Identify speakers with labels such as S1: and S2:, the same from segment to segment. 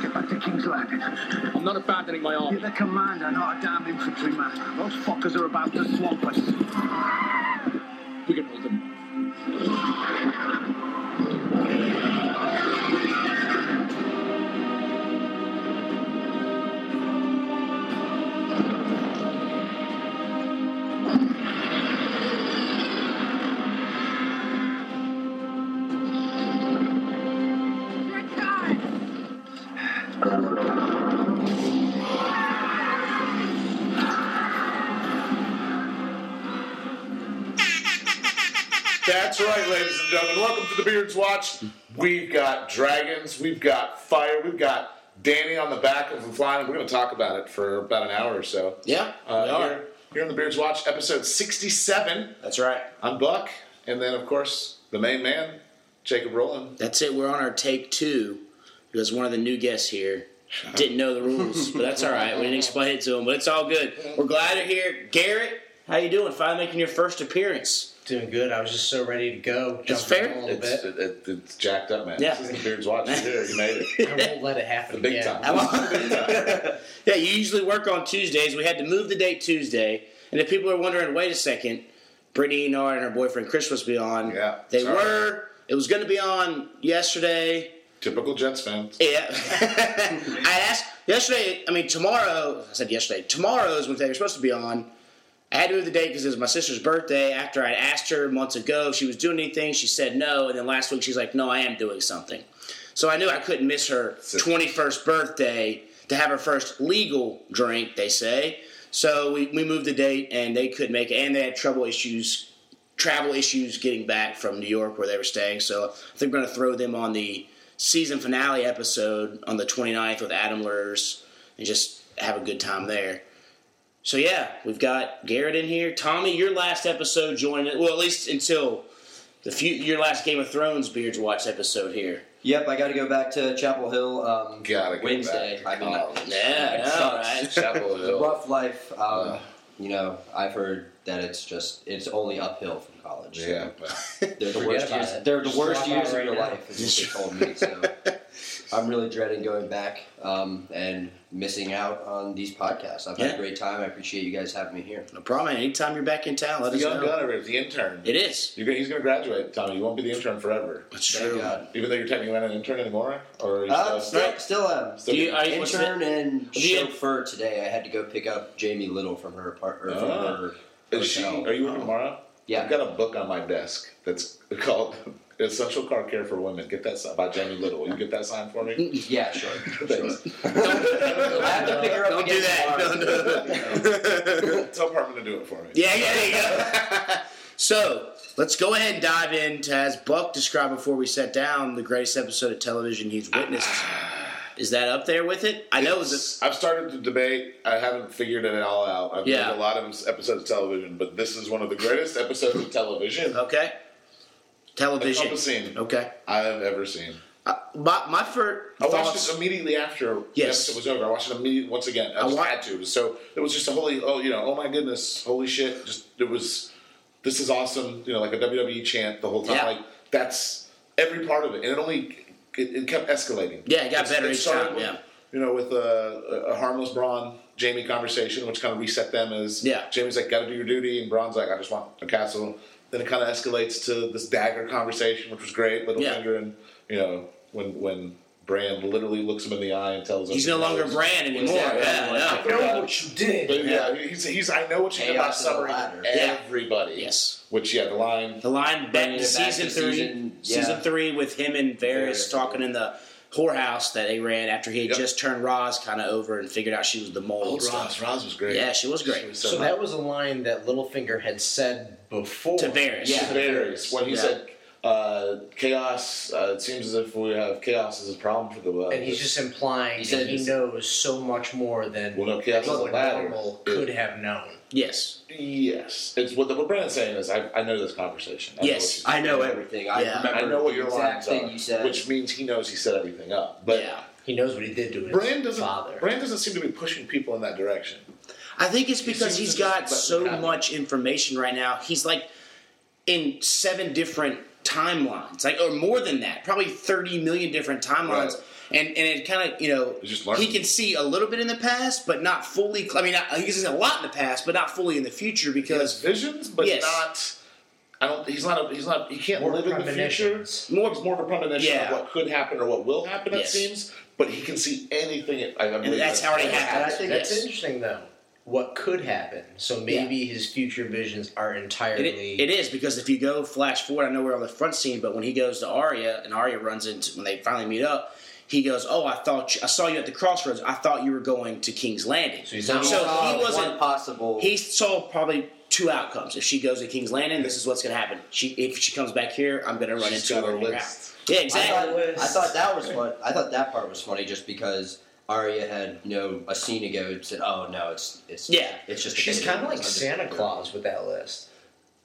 S1: Get back to King's Landing.
S2: I'm not abandoning my army.
S1: You're the commander, not a damn infantryman. Those fuckers are about to swamp us.
S2: We can hold them.
S3: That's right, ladies and gentlemen. Welcome to the Beards Watch. We've got dragons, we've got fire, we've got Danny on the back of the flying. We're going to talk about it for about an hour or so.
S4: Yeah,
S3: Uh,
S4: we are.
S3: Here, here on the Beards Watch, episode 67.
S4: That's right.
S3: I'm Buck, and then, of course, the main man, Jacob Rowland.
S4: That's it. We're on our take two because one of the new guests here didn't know the rules, but that's all right. We didn't explain it to him, but it's all good. We're glad you're here, Garrett. How you doing? Finally making your first appearance.
S5: Doing good. I was just so ready to go.
S4: It's
S5: Jumped
S4: fair.
S5: in A little
S3: It's,
S5: bit.
S3: it, it, it's jacked up, man.
S4: Yeah.
S3: This is the Beards Watch. You're here. You made it.
S5: I won't let it happen
S3: The big time.
S5: again.
S4: I want- yeah, you usually work on Tuesdays. We had to move the date Tuesday, and if people are wondering, wait a second, Brittany Enard and her boyfriend Chris was be on.
S3: Yeah,
S4: they
S3: sorry.
S4: were. It was going to be on yesterday.
S3: Typical Jets fans.
S4: Yeah. I asked yesterday, I mean, tomorrow, I said yesterday, tomorrow is when they were supposed to be on. I had to move the date because it was my sister's birthday. After I asked her months ago if she was doing anything, she said no. And then last week she's like, no, I am doing something. So I knew I couldn't miss her 21st birthday to have her first legal drink, they say. So we, we moved the date and they couldn't make it. And they had trouble issues, travel issues getting back from New York where they were staying. So I think we're going to throw them on the season finale episode on the 29th with Adam Lurs and just have a good time there. So yeah, we've got Garrett in here. Tommy, your last episode joining well, at least until the few, your last Game of Thrones Beards Watch episode here.
S6: Yep, I got to go back to Chapel Hill. Um,
S3: Gotta go
S6: Wednesday.
S3: back.
S6: I mean,
S3: Oh,
S4: Yeah,
S6: It
S4: all
S6: sucks.
S4: right.
S3: Chapel Hill.
S6: rough life. Um,
S3: Ugh.
S6: You know, I've heard that it's just it's only uphill from college.
S3: Yeah. but-
S6: they're the
S5: Forget
S6: worst
S5: about
S6: years.
S5: it.
S6: They're the
S5: Just
S6: worst
S5: drop out
S6: years of
S5: right
S6: your
S5: now.
S6: life, is what they told me. So I'm really dreading going back um, and missing out on these podcasts. I've had
S4: Yeah.
S6: a great time. I appreciate you guys having me here.
S4: No problem. man. Anytime you're back in town, let
S3: The
S4: us
S3: young
S4: know.
S3: gunner is the intern.
S4: It is.
S3: You're gonna, he's going to graduate, Tommy. You won't be the intern forever.
S4: It's
S6: Thank
S4: true.
S6: God.
S3: Even though you're technically not an intern anymore, or are you
S6: Uh,
S3: still,
S6: still, still am.
S3: still
S4: Do you, are you- what's it-
S6: Intern and
S4: Do you-
S6: chauffeur today. I had to go pick up Jamie Little from her apartment. Or from
S3: Oh.
S6: her
S3: is she,
S6: hotel.
S3: are you working tomorrow?
S6: Yeah.
S3: I've got a book on my desk that's called Essential Car Care for Women. Get that signed by Jamie Little. Will you get that signed for me?
S6: Yeah, sure. sure.
S3: Thanks.
S6: I have to pick her up
S4: Don't
S6: again
S4: do that.
S6: tomorrow.
S4: Don't do that.
S3: Tell Parman to do it for me.
S4: Yeah, yeah, there you go. so let's go ahead and dive into as Buck described before we sat down the greatest episode of television he's witnessed. Is that up there with it? I know it was.
S3: I've started to debate. I haven't figured it all out. I've
S4: Yeah.
S3: done a lot of episodes of television, but this is one of the greatest episodes of television
S4: A, okay. Television.
S3: Encompassing.
S4: Okay.
S3: I've ever seen.
S4: Uh, my my first
S3: I watched
S4: thoughts.
S3: it immediately after
S4: Yes.
S3: the episode was over. I watched it immediately once again. I, just
S4: wa-
S3: had to. It was so it was just a holy oh you know oh my goodness holy shit just it was this is awesome you know like a WWE chant the whole time
S4: Yeah.
S3: like that's every part of it and it only it, it kept escalating.
S4: Yeah, it got better each
S3: started
S4: time,
S3: with,
S4: yeah.
S3: You know, with uh, a, a harmless Braun Jamie conversation, which kind of reset them as
S4: Yeah.
S3: Jamie's like, "Got to do your duty," and Braun's like, "I just want a castle." Then it kind of escalates to this dagger conversation, which was great. Little
S4: Yeah.
S3: finger and you know when when Brand literally looks him in the eye and tells him
S4: He's no longer Brand anymore. Yeah, I know.
S5: know what you did.
S3: But yeah, he's, he's I know what you mean about
S6: Chaos is a
S3: summary
S6: ladder.
S4: Yeah.
S3: everybody.
S4: Yes.
S3: Which yeah, the line
S4: The line back
S6: Bringing
S4: to
S6: it back
S4: season
S6: to
S4: three, season,
S6: season- yeah.
S4: three with him and Varys
S6: Varys.
S4: talking in the whorehouse that they ran after he had
S3: Yep.
S4: just turned Roz kind of over and figured out she was the mole.
S3: old
S4: and
S3: Roz
S4: stuff.
S3: Roz was great.
S4: Yeah, she was great.
S3: so,
S5: So that was a line that Littlefinger had said before.
S4: To Varys.
S6: Yeah.
S3: Varys when he
S4: Yeah.
S3: said uh, chaos. Uh, it seems as if we have chaos as a problem for the world.
S5: And he's just implying
S6: He
S5: that
S6: said
S5: he
S6: this-
S5: knows so much more than
S3: Well, no, chaos is a
S5: anyone
S3: ladder.
S5: normal
S3: It-
S5: could have known.
S4: Yes.
S3: yes, it's what the what Brandon's saying is I, I know this conversation. I
S4: Yes,
S3: know what
S6: I know everything. I
S4: Yeah.
S3: you-
S6: remember
S3: I know what your
S6: the
S3: lines
S6: exact thing
S3: are,
S6: you said.
S3: which means he knows he set everything up. But
S4: yeah.
S5: He knows what he did to his
S3: Brand doesn't.
S5: father.
S3: Brand doesn't seem to be pushing people in that direction.
S4: I think it's because
S3: seems
S4: he's
S3: to just
S4: got
S3: let
S4: so
S3: them have it.
S4: much information right now. He's like in seven different timelines, like or more than that, probably thirty million different timelines.
S3: Right.
S4: And, and it kind of you know
S3: You just learn.
S4: he can see a little bit in the past, but not fully. I mean, not- he can see a lot in the past, but not fully in the future because
S3: visions, but
S4: Yes.
S3: not. I don't. He's not. A, he's not. He can't
S5: More
S3: live in the future.
S5: premonitions.
S3: More, it's more of a premonition
S4: Yeah.
S3: of what could happen or what will happen.
S4: Yes.
S3: It seems, but he can see anything. It, I, I believe
S4: that's how it
S3: right.
S4: happened.
S5: And I think
S4: Yes.
S5: that's interesting, though. What could happen? So maybe his future visions are
S4: It,
S5: entirely.
S4: it is because if you go flash forward, I know we're on the front scene, but when he goes to Arya and Arya runs into when they finally meet up, he goes, "Oh, I thought you, I saw you at the crossroads. I thought you were going to King's Landing." So,
S5: he's not-
S6: Uh,
S4: he
S6: one
S4: wasn't.
S6: possible.
S4: He saw probably two outcomes. If she goes to King's Landing, this is what's going to happen. She if she comes back here, I'm going to run
S3: She's
S4: into
S3: got
S4: her.
S3: her
S4: and her
S3: list.
S4: out. Yeah,
S6: I
S4: exactly.
S6: thought, I thought that was fun. I thought that part was funny just because Arya had you know a scene ago and said, "Oh no, it's it's
S4: Yeah.
S6: it's just." a
S5: She's
S6: baby.
S5: kind of like
S6: I'm just-
S5: Santa Claus with that list.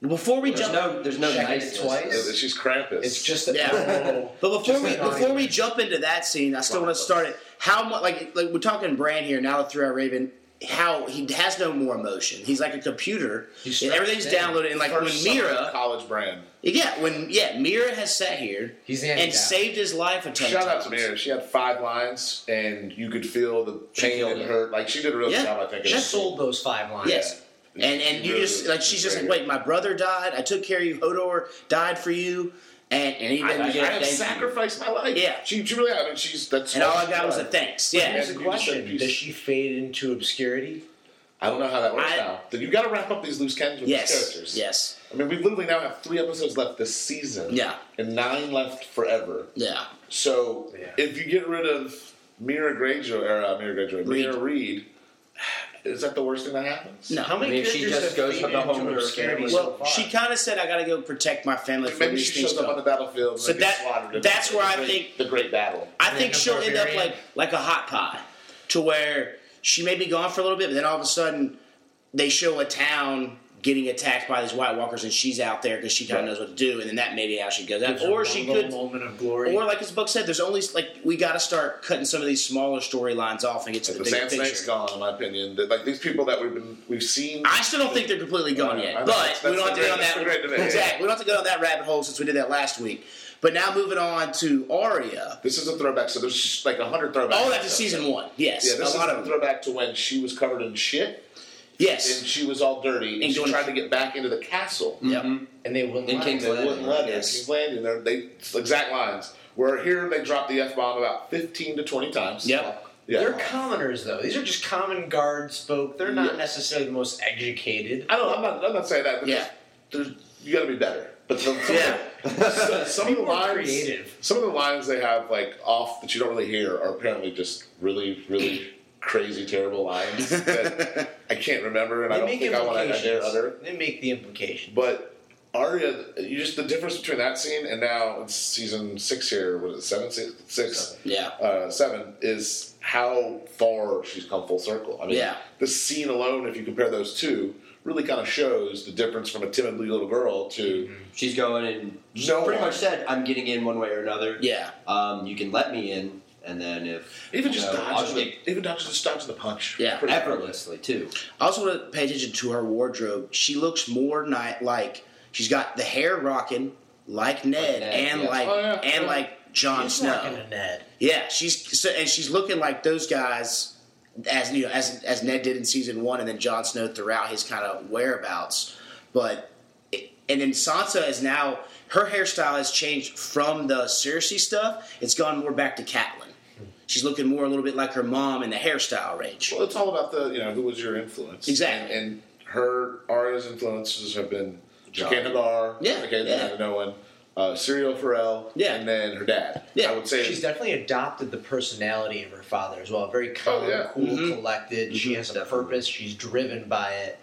S4: Before we
S6: There's
S4: jump,
S6: no there's no
S5: Check it
S6: nice
S5: twice.
S6: list.
S3: She's Krampus.
S5: It's just a
S4: Yeah.
S5: little-
S4: But before
S5: Oh. Just
S4: we
S5: an audience.
S4: before we jump into that scene, I still want to start it. How much like like we're talking Brand here now, the three hour Raven. How he has no more emotion. He's like a computer.
S5: He's
S4: and everything's
S5: strapped in.
S4: downloaded. And like
S3: First
S4: when
S3: summer
S4: Mira,
S3: college brand.
S4: yeah, when yeah, Mira has sat here
S5: He's the
S4: and
S5: anti-down.
S4: saved his life a ton
S3: Shout
S4: of
S3: out
S4: times.
S3: to Mira. She had five lines, and you could feel the pain
S6: killed
S3: in
S6: it.
S3: her. Like she did a real
S4: Yeah.
S3: job. I think.
S5: She
S3: of it.
S5: sold those five lines.
S4: Yes.
S3: Yeah.
S4: And and you
S3: Really
S4: just like she's just like,
S3: great.
S4: wait, my brother died. I took care of you. Hodor died for you, and and he
S3: I,
S4: made
S3: I
S4: me get a
S3: have
S4: thank you.
S3: sacrificed my life.
S4: Yeah.
S3: She, she really. I mean, she's that's.
S4: And all
S3: what
S4: I
S3: she
S4: got was a
S3: does.
S4: thanks. Yeah.
S5: Here's
S3: You
S5: a
S3: just said
S5: question:
S3: peace.
S5: Does she fade into obscurity?
S3: I don't know how that works
S4: I-
S3: now. Then you got to wrap up these loose ends with these
S4: Yes.
S3: characters.
S4: Yes.
S3: I mean, we literally now have three episodes left this season.
S4: Yeah.
S3: And nine left forever.
S4: Yeah.
S3: So
S5: Yeah.
S3: if you get rid of Mira Greyjoy, or uh, Mira Greyjoy, Mira Reed, is that the worst thing that happens?
S4: No.
S5: How many
S6: I mean, if she
S5: characters have
S6: just goes
S5: faded
S6: to the
S5: into
S6: home of her
S5: obscurity
S6: family.
S5: so
S4: Well,
S5: far?
S4: she kind of said, "I got to go protect my family from
S3: Maybe
S4: these
S3: she
S4: things."
S3: shows up on the
S4: go."
S3: battlefield. and
S4: So
S3: they get
S4: that-
S3: slaughtered in
S4: that's
S3: the
S4: where I
S3: great-
S4: think-
S3: the great battle.
S4: I think
S5: Like a
S4: she'll end up
S5: barbarian.
S4: like like a hot pie, to where she may be gone for a little bit, but then all of a sudden they show a town getting attacked by these White Walkers, and she's out there because she kind of knows what to do, and then that may be how she goes out,
S5: Gives her
S4: or
S5: one
S4: she
S5: little
S4: could.
S5: moment of glory.
S4: Or like his book said, there's only like we got to start cutting some of these smaller storylines off and get to the,
S3: The
S4: bigger
S3: Sand Snake's
S4: picture.
S3: gone, in my opinion. That- Like these people that we've been, we've seen.
S4: I still don't think they're completely gone
S3: I know,
S4: yet,
S3: I know.
S4: but
S3: That's-
S4: we don't
S3: that's
S4: have to
S3: the
S4: go on
S3: great-
S4: that.
S3: that's the great debate.
S4: Exactly, we don't have to go down that rabbit hole since we did that last week. But now moving on to Arya.
S3: this is a throwback. So there's like a hundred throwbacks.
S4: Oh, that's in season one. Yes,
S3: Yeah, this
S4: a lot
S3: is
S4: of
S3: a throwback to when she was covered in shit and
S4: yes.
S3: she was all dirty and,
S4: And
S3: she
S4: going-
S3: tried to get back into the castle.
S4: Yep.
S5: and they wouldn't.
S6: In
S5: let
S6: King's
S5: her.
S3: They wouldn't let her.
S4: Yes.
S3: She's landing there. They it's exact lines. Where here they drop the f bomb about fifteen to twenty times.
S4: Yep.
S3: Yeah.
S5: They're commoners, though. These are just common guards folk. They're not
S3: Yeah.
S5: necessarily the most educated.
S3: I don't. I'm not. I'm not saying that. But
S4: Yeah.
S3: There's, there's, you got to be better. But the, some,
S4: Yeah.
S3: some, some of the
S5: People are
S3: lines,
S5: creative.
S3: some of the lines they have like off that you don't really hear are apparently just really, really crazy, terrible lines that I can't remember, and
S5: They
S3: I don't
S5: make
S3: think I want to hear
S5: implications.
S3: other.
S5: They make the implication.
S3: But Arya, you just the difference between that scene and now it's season six here. What is it? Seven, six, six
S4: Yeah.
S3: uh, seven is how far she's come full circle. I mean,
S4: Yeah.
S3: the scene alone, if you compare those two, really kind of shows the difference from a timidly little girl to
S6: She's going and she
S3: No
S6: pretty
S3: one.
S6: much said, "I'm getting in one way or another."
S4: Yeah.
S6: Um, you can let me in, and then if
S3: even just
S6: you know, I'll
S3: dodging,
S6: just
S3: the, even dodging just dodging the punch.
S4: Yeah.
S3: Pretty-
S6: effortlessly too.
S4: I also want to pay attention to her wardrobe. She looks more night like she's got the hair rocking like Ned,
S6: Ned,
S4: and
S6: yeah.
S4: like
S3: Oh, yeah.
S4: and
S3: Yeah.
S4: like Jon
S5: She's
S4: Snow.
S5: not gonna Ned.
S4: Yeah, she's so, and she's looking like those guys as you know as as Ned did in season one, and then Jon Snow throughout his kind of whereabouts. But it- and then Sansa is now her hairstyle has changed from the Cersei stuff. It's gone more back to Catelyn. She's looking more a little bit like her mom in the hairstyle range.
S3: Well, it's all about the you know who was your influence
S4: Exactly.
S3: and, and her Arya's influences have been
S6: Jon.
S3: Jaqen Hagar,
S4: Yeah,
S3: okay,
S4: yeah.
S3: no one, uh, Serial Pharrell,
S4: Yeah.
S3: and then her dad.
S4: Yeah.
S3: I would say
S5: She's definitely adopted the personality of her father as well. Very calm,
S3: Oh, yeah.
S5: cool, collected. She has a
S6: Definitely.
S5: purpose. She's driven by it,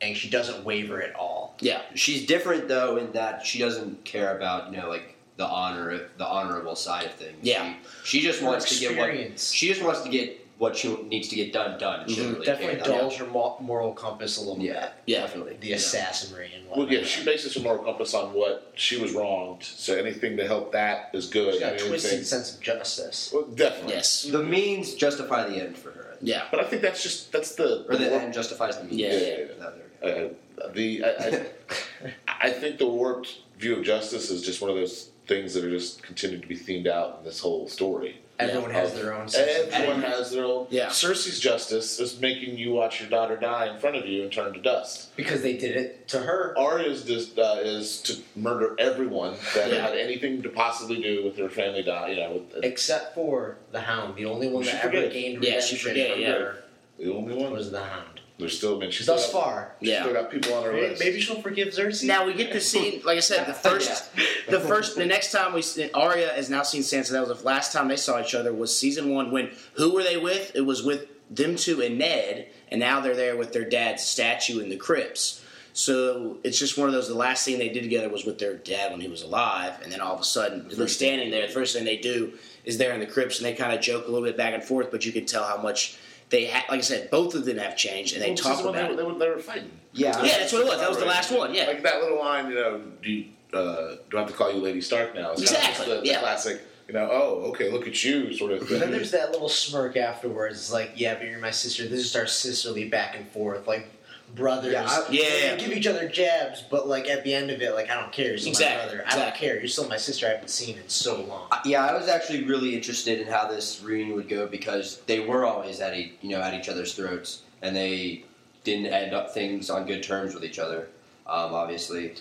S5: and she doesn't waver at all.
S4: Yeah,
S6: She's different though in that she doesn't care about you know like the honor the honorable side of things.
S4: Yeah.
S6: she, she just
S5: Her
S6: wants to get what
S5: experience. Mm-hmm.
S6: she just wants to get what she needs to get done done. She doesn't really
S5: Definitely
S6: care
S5: dulls her mo- moral compass a little
S6: Yeah,
S4: Yeah.
S6: definitely.
S5: bit. The
S6: Yeah.
S5: assassinry and whatnot.
S3: Well, yeah, she bases her moral compass on what she was wronged, so anything to help that is good.
S5: She's got a
S3: Anything-
S5: twisted sense of justice.
S3: Well, definitely.
S4: yes,
S6: The means justify the end for her,
S4: yeah,
S3: But I think that's just that's the
S6: or the end justifies the means.
S3: Uh,
S4: Yeah, yeah,
S3: yeah.
S6: No, there we go.
S3: uh, the I, I, I think the warped view of justice is just one of those things that are just continued to be themed out in this whole story.
S5: Everyone has their own. sense of
S3: Everyone
S5: editing.
S3: has their own.
S4: Yeah.
S3: Cersei's justice is making you watch your daughter die in front of you and turn to dust.
S5: because they did it to her.
S3: Arya's just uh, is to murder everyone that had anything to possibly do with her family die. You know, with,
S5: Except for the Hound, the only one
S3: She
S5: that ever
S3: forgave.
S5: gained
S4: Yeah, she
S5: redemption
S4: forgave,
S5: from
S4: yeah.
S5: her
S3: the only one.
S5: was the Hound.
S3: There's still, I mean, she's
S5: Thus
S3: still got-
S5: far,
S3: she's
S4: Yeah.
S3: still got people on her
S5: maybe,
S3: list.
S5: maybe she'll forgive Cersei.
S4: Now we get to see, like I said, the first, the first, the next time we see Arya has now seen Sansa. That was the last time they saw each other was season one. When who were they with? It was with them two and Ned, and now they're there with their dad's statue in the crypts. So it's just one of those. The last thing they did together was with their dad when he was alive, and then all of a sudden they're standing there. The first thing they do is they're in the crypts, and they kind of joke a little bit back and forth. But you can tell how much they, ha- like I said, both of them have changed, and they
S3: Well, this
S4: talk
S3: is when
S4: about
S3: they,
S4: it.
S3: were- They, were, they were fighting.
S6: Yeah.
S4: yeah, that's what it was. That was the last one. Yeah,
S3: Like that little line, you know, do you, uh, do I have to call you Lady Stark now? It's kind of just
S4: Exactly,
S3: the, the
S4: yeah.
S3: classic, you know, oh, okay, look at you, sort of
S5: But then
S3: thing.
S5: there's that little smirk afterwards. It's like, yeah, but you're my sister. This is our sisterly back and forth, like brothers.
S6: Yeah, I-
S4: Yeah.
S5: We give each other jabs, but like at the end of it, like I don't care. You're still
S4: Exactly,
S5: my brother. I don't
S4: exactly.
S5: care. You're still my sister. I haven't seen in so long.
S6: Uh, Yeah, I was actually really interested in how this reunion would go because they were always at e- you know at each other's throats, and they didn't end up things on good terms with each other, um, obviously.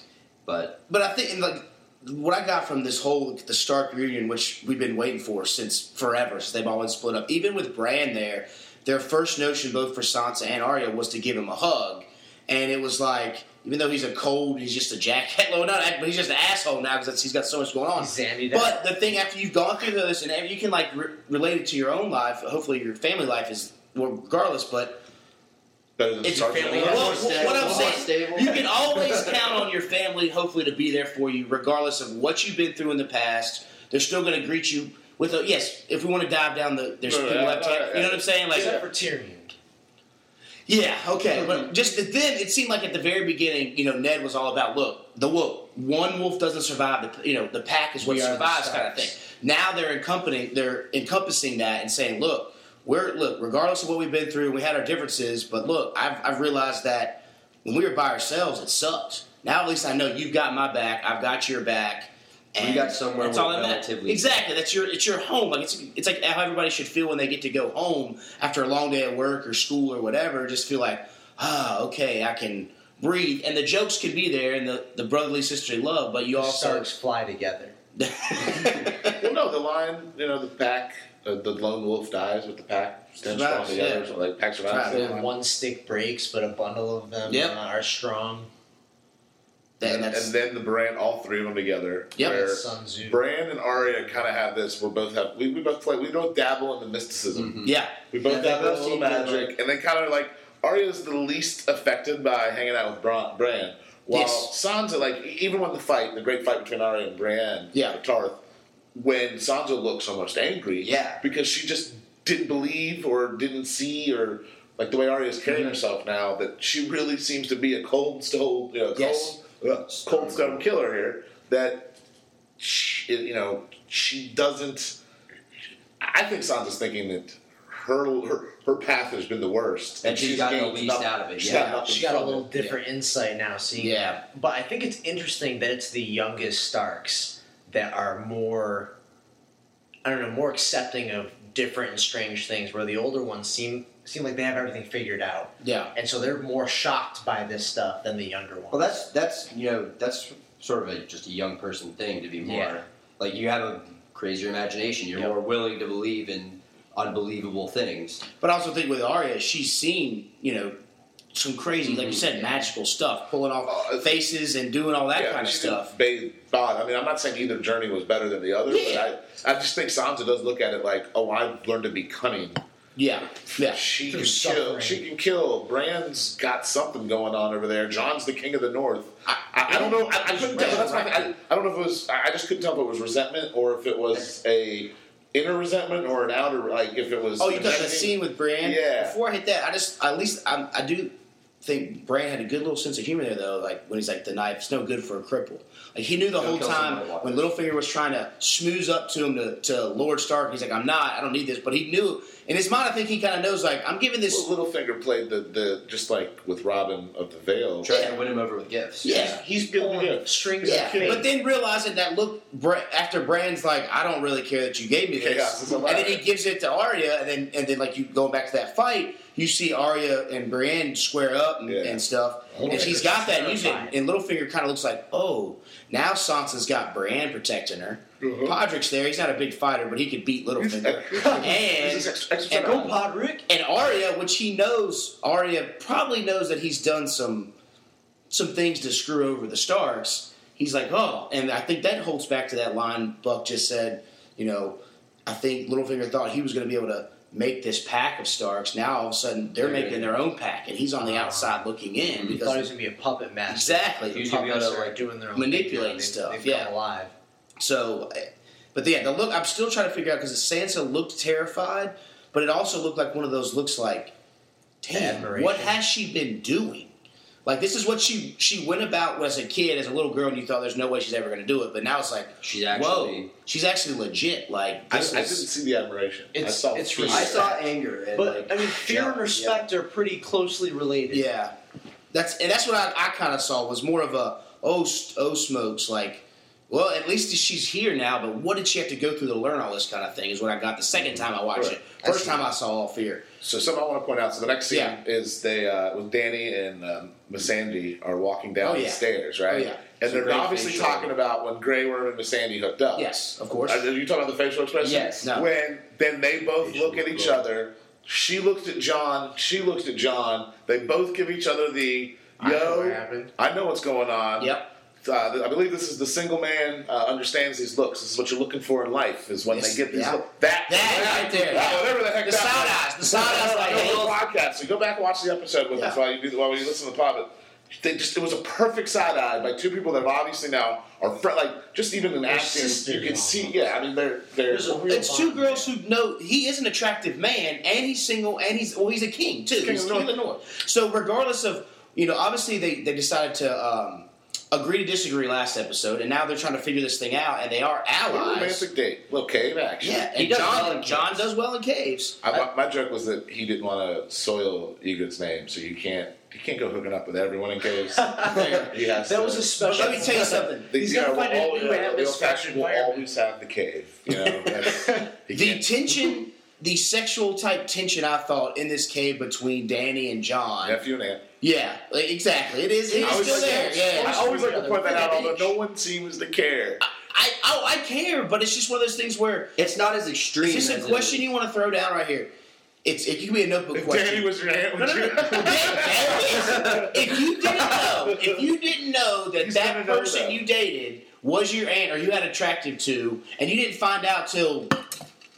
S6: But
S4: But I think, and like, what I got from this whole the Stark reunion, which we've been waiting for since forever, since they've all been split up. Even with Bran there, their first notion, both for Sansa and Arya, was to give him a hug, and it was like, even though he's a cold, he's just a jackhead. Well, not, but he's just an asshole now because he's got so much going on.
S5: He's Zandied out.
S4: But the thing after you've gone through this and you can like re- relate it to your own life. Hopefully, your family life is well, regardless, but
S3: Better than
S4: it's
S3: Stark
S4: your family.
S3: now.
S6: More
S4: Well,
S6: stable,
S4: what I'm
S6: more
S4: saying,
S6: stable.
S4: you can always count on your family, hopefully, to be there for you, regardless of what you've been through in the past. They're still going to greet you with a yes. If we want to dive down the, there's
S3: No, no,
S4: people
S3: no,
S4: left.
S3: no,
S4: here.
S3: no,
S4: you know what I'm saying? Like,
S5: Except for Tyrion.
S4: yeah, okay. But just that then, it seemed like at the very beginning, you know, Ned was all about look, the wolf. One wolf doesn't survive. The, you know, the pack is what
S5: We are the
S4: survives, kind of
S5: stars.
S4: thing. Now they're encompassing, they're encompassing that and saying, look, we're look, regardless of what we've been through, we had our differences, but look, I've, I've realized that when we were by ourselves, it sucked. Now at least I know you've got my back, I've got your back. And
S6: got somewhere
S4: that's
S6: we're
S4: all that matters.
S6: relatively-
S4: Exactly. That's your it's your home. Like it's it's like how everybody should feel when they get to go home after a long day at work or school or whatever. Just feel like, ah, okay, I can breathe. And the jokes could be there and the, the brotherly sisterly love, but you
S5: The
S4: also
S5: Starks fly together.
S3: Well, no, the line, you know, the pack, uh, the lone wolf dies with the pack stands strong
S4: Survives,
S3: together,
S4: yeah.
S3: so, like pack survives.
S4: Survives,
S3: Yeah.
S5: One stick breaks, but a bundle of them
S4: Yep.
S5: uh, are strong.
S4: and
S3: And,
S4: that's
S3: and then the brand, all three of them together.
S4: Yep.
S3: where
S5: Sun Tzu.
S3: Bran and Arya kind of have this. We both have. We, we both play. We both dabble in the mysticism.
S4: yeah.
S3: We both
S6: Yeah,
S3: have
S6: they
S3: a
S6: both
S3: little
S6: seem to
S3: magic, and they kind of like Arya's the least affected by hanging out with Bron, Bran, while
S4: Yes.
S3: Sansa, like e- even when the fight, the great fight between Arya and Bran,
S4: Yeah.
S3: for Tarth, when Sansa looks almost angry,
S6: Yeah.
S3: because she just didn't believe or didn't see or. Like the way Arya's carrying herself now, that she really seems to be a cold stone, you know, cold,
S4: Yes.
S3: uh, cold stone killer here. That she, you know, she doesn't. I think Sansa's thinking that her her, her path has been the worst,
S6: And she's gotten the
S3: gained
S6: least
S3: nothing-
S6: out of it,
S3: She's
S6: yeah.
S3: got nothing
S5: She got a
S3: from
S5: little
S3: it.
S5: different insight now, seeing
S4: Yeah.
S5: that. But I think it's interesting that it's the youngest Starks that are more, I don't know, more accepting of different and strange things, where the older ones seem seem like they have everything figured out,
S4: Yeah.
S5: and so they're more shocked by this stuff than the younger ones.
S6: well, that's that's you know that's sort of a, just a young person thing to be more
S5: Yeah.
S6: like you have a crazier imagination. You're
S5: Yep.
S6: more willing to believe in unbelievable things.
S4: But I also think with Arya, she's seen, you know, some crazy, like you said, magical stuff, pulling off
S3: Mm-hmm. Uh,
S4: faces and doing all that
S3: Yeah,
S4: kind of
S3: she
S4: stuff.
S3: didn't ba- bod. I mean, I'm not saying either journey was better than the other,
S4: Yeah.
S3: but I, I just think Sansa does look at it like, oh, I've learned to be cunning.
S4: Yeah. Yeah.
S3: She
S5: Through
S3: can kill.
S5: suffering.
S3: She can kill. Bran's got something going on over there. John's the king of the north. I, I, I don't know. I, I couldn't tell. That's my thing. I, I don't know if it was. I I just couldn't tell if it was resentment or if it was a inner resentment or an outer. Like if it was.
S4: Oh, you talking about the
S3: imagining.
S4: scene with Brienne?
S3: Yeah.
S4: Before I hit that, I just at least I, I do think Bran had a good little sense of humor there, though. Like when he's like, "The knife's no good for a cripple." Like he knew the
S6: Go
S4: whole
S6: kill
S4: time
S6: somebody, watch
S4: when Littlefinger was trying to schmooze up to him to, to Lord Stark. He's like, "I'm not. I don't need this." But he knew in his mind. I think he kind of knows. Like, I'm giving this.
S3: Well, Littlefinger played the, the just like with Robin of the Veil.
S6: Trying
S4: Yeah.
S6: to win him over with gifts.
S4: yeah,
S5: He's
S3: pulling
S5: pulling strings
S4: yeah.
S5: of fate.
S4: But then realizing that look Bra- after Bran's like, "I don't really care that you gave me this,"
S3: Chaos is
S4: and
S3: alive.
S4: then he gives it to Arya, and then and then like you going back to that fight. You see Arya and Brienne square up and,
S3: Yeah.
S4: and stuff, and
S5: Littlefinger's
S4: she's got that music.
S5: terrified.
S4: And Littlefinger kind of looks like, oh, now Sansa's got Brienne protecting her. Podrick's there. He's not a big fighter, but he could beat Littlefinger.
S3: Uh-huh. This is
S4: and
S3: ex- exercise.
S4: and
S5: Go Podrick.
S4: and Arya, which he knows, Arya probably knows that he's done some some things to screw over the Starks. He's like, oh, and I think that holds back to that line Buck just said. You know, I think Littlefinger thought he was going to be able to make this pack of Starks. Now all of a sudden they're making their own pack, and he's on the outside looking in
S5: Ah. He thought he
S4: because
S5: was gonna be a puppet master.
S4: exactly
S6: He's gonna be able to,
S5: Puppets are
S6: like,
S5: doing their own
S4: manipulate
S5: thing, you know, they-
S4: stuff,
S5: They've
S4: yeah.
S5: come alive.
S4: So, eh, but yeah, the look I'm still trying to figure out because Sansa looked terrified, but it also looked like one of those looks like, damn,
S5: Admiration.
S4: what has she been doing? Like this is what she she went about as a kid, as a little girl, and you thought there's no way she's ever going to do it, but now it's like,
S6: She's
S4: whoa,
S6: actually.
S4: she's actually legit. Like
S3: I, I
S4: this
S3: didn't
S4: is,
S3: see the admiration. I
S5: It's-
S3: saw
S5: it's
S3: fear.
S6: I saw anger and
S5: But
S6: like,
S5: I mean, fear
S6: yeah,
S5: and respect are pretty closely related.
S4: yeah, that's and that's what I, I kind of saw was more of a oh s- oh smokes like. Well, at least she's here now, but what did she have to go through to learn all this kind of thing is what I got the second time I watched
S3: Right.
S4: it. First time I saw all fear.
S3: So something I want to point out. So the next scene
S4: Yeah.
S3: is they uh, with Danny and um, Missandei are walking down
S4: Oh, yeah.
S3: the stairs, right?
S4: Oh, yeah.
S3: And
S6: It's a
S3: they're
S6: great
S3: obviously
S6: facial.
S3: talking about when Grey Worm and Missandei hooked up.
S4: Yes, of course.
S3: Uh, Are you talking about the facial expression?
S6: Yes.
S4: No.
S3: When then they both
S6: Facial
S3: look at each
S6: expression.
S3: other. She looks at John. She looks at John. They both give each other the
S5: I know what
S3: yo.
S5: happened.
S3: I know what's going on.
S4: Yep.
S3: Uh, th- I believe this is the single man uh, understands these looks. This is what you're looking for in life. Is when
S4: Yes,
S3: they get these
S4: yeah.
S3: look. That, Oh,
S4: That right there, yeah.
S3: whatever the heck.
S4: The
S3: that
S4: side
S3: was.
S4: eyes, the side eyes, like,
S3: Go to
S4: hey.
S3: the podcast. So go back and watch the episode with
S4: Yeah.
S3: us while you do while you listen to the pod. But they just it was a perfect side eye by two people that obviously now are fr- like just even in
S5: sisters
S3: acting you can
S5: almost.
S3: see. Yeah, I mean they're they're
S5: There's a real
S4: It's two
S5: bond
S4: girls
S5: there.
S4: who know he is an attractive man, and he's single, and he's well, he's a king too.
S3: King
S4: he's
S3: of
S4: king of
S3: North.
S4: the north. So regardless of you know, obviously they they decided to um, agree to disagree last episode, and now they're trying to figure this thing out, and they are
S3: what a
S4: allies.
S3: romantic date. Little cave action.
S4: Yeah,
S6: He
S4: and
S6: does
S4: John
S6: well in
S4: John
S6: caves.
S4: does well in caves.
S3: I, my, my joke was that he didn't want to soil Egret's name, so you can't you can't go hooking up with everyone in caves. He has
S5: That
S3: to-
S5: was a special.
S4: Let me tell you something.
S3: The,
S5: He's
S3: yeah,
S5: gotta
S3: we'll
S5: find a
S3: all-
S5: new
S3: yeah, the
S5: atmosphere,
S3: old-fashioned will
S5: environment.
S3: always have the cave. You know, that's- he
S4: The
S3: can't-
S4: tension, the sexual type tension, I thought in this cave between Danny and John.
S3: nephew and aunt.
S4: Yeah, like, exactly. It is. It
S3: I
S4: is
S3: always
S4: still
S3: like to-
S4: there. Yeah.
S3: I always like to point that out, although
S4: Bitch.
S3: no one seems to care.
S4: I oh, I care, but it's just one of those things where
S6: It's not as extreme.
S4: is this
S6: as
S4: a
S6: it
S4: question you want to throw down right here? It's it could be a notebook
S3: If
S4: question.
S3: Danny was your aunt,
S4: No,
S3: would
S4: no, no.
S3: you?
S4: There- there is. if you didn't know, if you didn't know that
S3: He's
S4: that
S3: gonna know
S4: person
S3: that.
S4: you dated was your aunt or you had attractive to, and you didn't find out till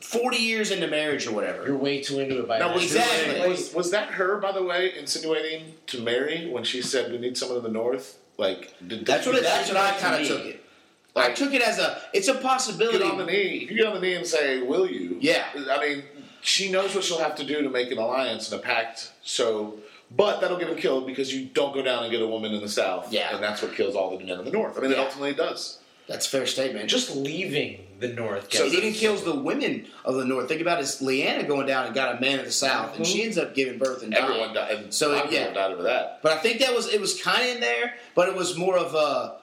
S4: forty years into marriage or whatever.
S5: You're way too into it by
S3: Now,
S5: now.
S3: was,
S4: Exactly.
S3: that, was, was that her, by the way, insinuating to Mary when she said we need someone in the north? Like, did
S4: That's what. It,
S3: did-
S4: that's what I kind of
S6: me.
S4: took it. I
S3: Like,
S4: took it as a. It's a
S3: get
S4: possibility.
S3: on the knee. If you get on the knee and say, "Will you?"
S4: Yeah.
S3: I mean, she knows what she'll have to do to make an alliance and a pact. So, but that'll get him killed because you don't go down and get a woman in the south.
S4: Yeah.
S3: and that's what kills all the men in the north. I mean, it
S4: Yeah.
S3: ultimately does.
S4: That's a fair statement.
S5: just leaving the North.
S4: So
S5: gets
S4: it even
S5: us-
S4: kills the women of the north. Think about it, it's Leanna going down and got a man of the south, and she ends up giving birth and dying.
S3: Everyone died. And
S4: Uh, So,
S3: so
S4: yeah.
S3: died over that.
S4: But I think that was it was kind of in there, but it was more of a,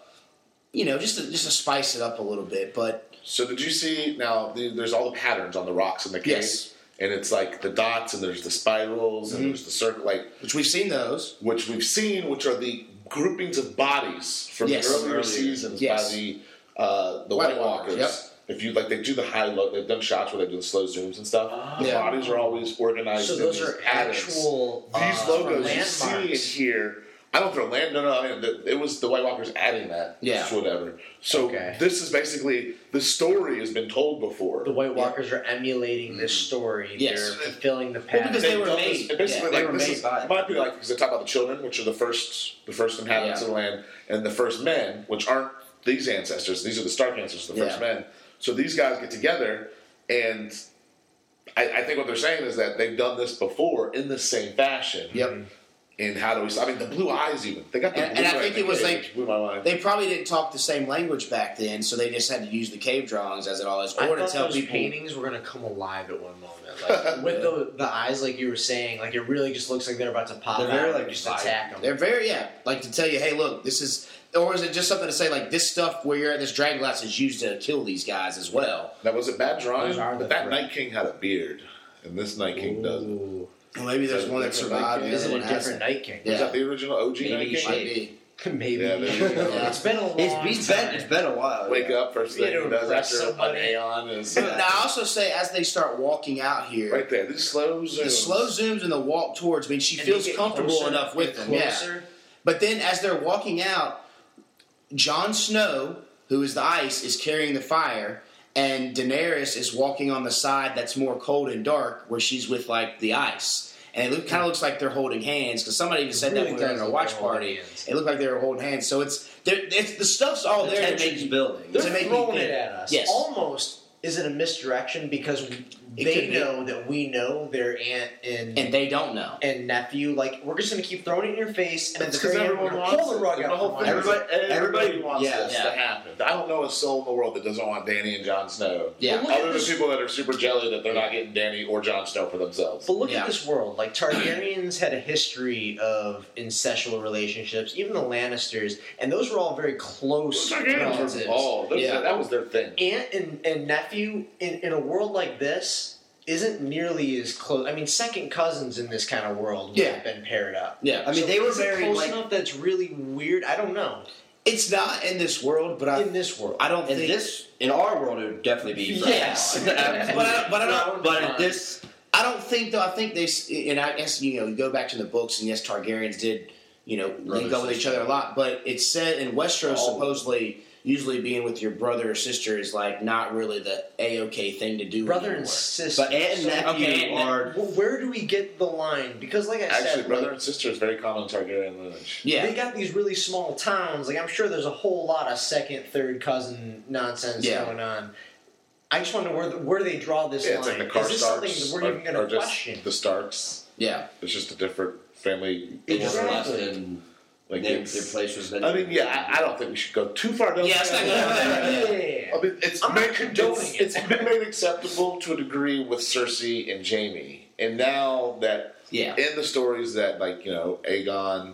S4: you know, just to, just to spice it up a little bit. But
S3: So did you see? Now the, there's all the patterns on the rocks in the cave,
S4: Yes. Mm-hmm.
S3: and it's like the dots, and there's the spirals, and there's the circle, like
S4: which we've seen those.
S3: which we've seen, which are the groupings of bodies from
S4: Yes.
S3: earlier,
S6: Earlier.
S3: seasons
S4: Yes.
S3: by the uh, the
S4: White
S3: White,
S4: Walkers,
S3: Walkers. If you like, they do the high low. They've done shots where they do the slow zooms and stuff.
S5: Ah.
S3: the
S4: Yeah.
S3: bodies are always organized.
S5: So
S3: in
S5: those
S3: these
S5: are
S3: patterns.
S5: actual
S3: These
S5: uh,
S3: logos you
S5: landmarks.
S3: see in here. I don't throw land. No, no. I mean, the, it was the White Walkers adding that.
S4: Yeah.
S3: It's whatever. So
S5: Okay.
S3: this is basically the story has been told before.
S5: The White Walkers are emulating this story.
S4: Mm-hmm. Yes.
S5: They're fulfilling the
S4: Well,
S5: past.
S4: because they were
S3: done
S4: made.
S3: This, basically,
S4: Yeah,
S6: they
S3: like,
S6: were
S3: this
S6: made
S3: is,
S6: by-
S3: Might be like because they talk about the children, which are the first, the first inhabitants
S4: Yeah.
S3: of the land, and the first men, which aren't these ancestors. These are the Stark ancestors, the first
S4: Yeah.
S3: men. So these guys get together, and I, I think what they're saying is that they've done this before in the same fashion. Mm-hmm.
S4: Yep.
S3: And how do we? I mean, the blue eyes even. They got the
S4: And- and I
S3: blueprint
S4: think
S3: in
S4: it
S3: the
S4: was
S3: cave,
S4: like-
S3: which blew my mind.
S4: They probably didn't talk the same language back then, so they just had to use the cave drawings as it all is,
S5: I
S4: or to
S5: thought
S4: tell
S5: those
S4: people.
S5: paintings were gonna come alive at one moment, like with the the eyes, like you were saying, like it really just looks like they're about to pop.
S6: They're
S5: out
S6: very,
S5: and
S6: like,
S5: just
S6: vibrant.
S5: attack them.
S4: They're very yeah, like to tell you, hey, look, this is, or is it just something to say like this stuff where you're at this dragon glass is used to kill these guys as well?
S3: that was a bad drawing,
S5: Those are the
S3: but that
S5: threat.
S3: Night King had a beard, and this Night King doesn't.
S5: Ooh.
S4: Well, maybe there's
S3: Is it
S4: one that
S3: different, like,
S4: survived. and the
S5: Is
S4: other
S5: it
S4: one
S5: a different
S4: hasn't.
S5: Night King?
S3: Is
S4: Yeah,
S3: that the original OG Night
S5: Maybe
S3: King?
S4: might be.
S5: Maybe
S3: Yeah, there you go.
S5: it's been a long.
S6: It's, it's been it's been a while.
S3: Wake
S6: yeah.
S3: up, first
S5: You
S3: thing
S5: had to
S3: he does
S5: impress
S3: after
S5: somebody.
S3: an aeon is
S4: Now I also say as they start walking out here,
S3: right there. This slow zoom.
S4: the slow zooms and the walk towards. I mean, she
S5: And
S4: feels
S5: they get
S4: comfortable
S5: closer
S4: enough with
S5: and
S4: them. Yeah.
S5: closer.
S4: But then as they're walking out, Jon Snow, who is the ice, is carrying the fire, and Daenerys is walking on the side that's more cold and dark, where she's with like the ice. And it look, kind of looks like they're holding hands because somebody even said
S5: really
S4: that when they were
S5: does
S4: at a
S5: look
S4: watch
S5: like they're holding
S4: party.
S5: hands.
S4: It looked like they were holding hands. So it's, they're- it's the stuff's all
S6: The
S4: there. to make
S6: tension's building.
S4: There's- to make
S5: They're
S4: me
S5: throwing
S4: think.
S5: it at us.
S4: Yes.
S5: Almost is it a misdirection because
S4: could
S5: they
S4: be.
S5: know that we know their aunt and
S4: and they don't know.
S5: and nephew. Like we're just gonna keep throwing it in your face, and at the
S3: It's 'cause
S5: very end, we're
S3: everyone
S5: gonna
S3: wants
S5: pull the
S3: it.
S5: rug
S3: The
S5: out.
S3: whole
S5: from
S3: thing
S5: under
S3: is
S5: them.
S6: everybody, everybody
S3: Oh, wants
S6: yeah,
S3: this to happen. I don't know a soul in the world that doesn't want Danny and Jon Snow.
S4: Yeah.
S5: Well, look
S3: Other
S5: at
S3: than
S5: this-
S3: people that are super jelly that they're not getting Danny or Jon Snow for themselves.
S5: But look
S4: Yeah.
S5: at this world. Like Targaryens had a history of incestual relationships, even the Lannisters, and those were all very close relatives.
S3: Oh, those-
S4: Yeah.
S3: that was their thing.
S5: Aunt and, and nephew in, in a world like this isn't nearly as close. I mean, second cousins in this kind of world would
S4: Yeah.
S5: have been paired up.
S4: Yeah.
S6: I mean, they were
S5: Is it
S6: very
S5: close
S6: like
S5: enough that's really weird. I don't know.
S4: It's not in this world,
S3: Uh,
S4: but I,
S5: in this world,
S4: I don't
S6: in
S4: think.
S6: this in our world it would definitely be for
S4: Yes.
S6: now.
S4: but, I, but I don't.
S6: but at this
S4: I don't think though. I think they s- and I guess you know you go back to the books and yes, Targaryens did you know link up with each other a lot, but it's said in Westeros
S6: Oh.
S4: supposedly usually being with your brother or sister is like not really the a okay thing to do.
S5: brother and
S4: anymore.
S5: sister.
S6: but aunt and
S5: So,
S6: nephew
S4: okay, and-
S6: are
S5: Well, where do we get the line? Because, like I
S3: Actually,
S5: said,
S3: brother
S5: like,
S3: and sister is very common in Targaryen lineage.
S4: yeah,
S5: they got these really small towns. Like, I'm sure there's a whole lot of second, third cousin nonsense
S4: Yeah.
S5: going on. I just want to know where, the, where do they draw this
S3: Yeah,
S5: line?
S3: it's like the
S5: Is this something
S3: Karstarks
S5: that we're even
S3: or,
S5: going
S3: or
S5: to
S3: just
S5: question?
S3: the Starks.
S4: yeah,
S3: It's just a different family.
S6: they
S5: Exactly.
S6: were left and
S3: Like
S6: their,
S3: it's-
S6: their place was.
S3: I mean, yeah, I, I don't think we should go too far down.
S4: Yeah, it's not gonna-
S3: I mean, it's
S5: I'm not
S3: made,
S5: condoning
S3: it's,
S5: it.
S3: it's been made acceptable to a degree with Cersei and Jamie, and now that
S4: yeah,
S3: in the stories that like you know Aegon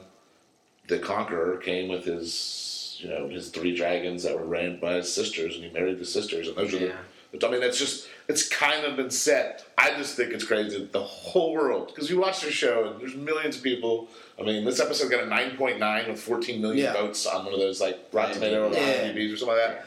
S3: the Conqueror came with his you know his three dragons that were ran by his sisters, and he married the sisters, and those
S5: Yeah.
S3: are the. I mean, that's just it's kind of been set. I just think it's crazy that the whole world because you watch the show and there's millions of people. I mean, this episode got a nine point nine with fourteen million
S4: Yeah.
S3: votes on one of those like Rotten Tomato or
S4: Yeah.
S3: IMDb's or something like that.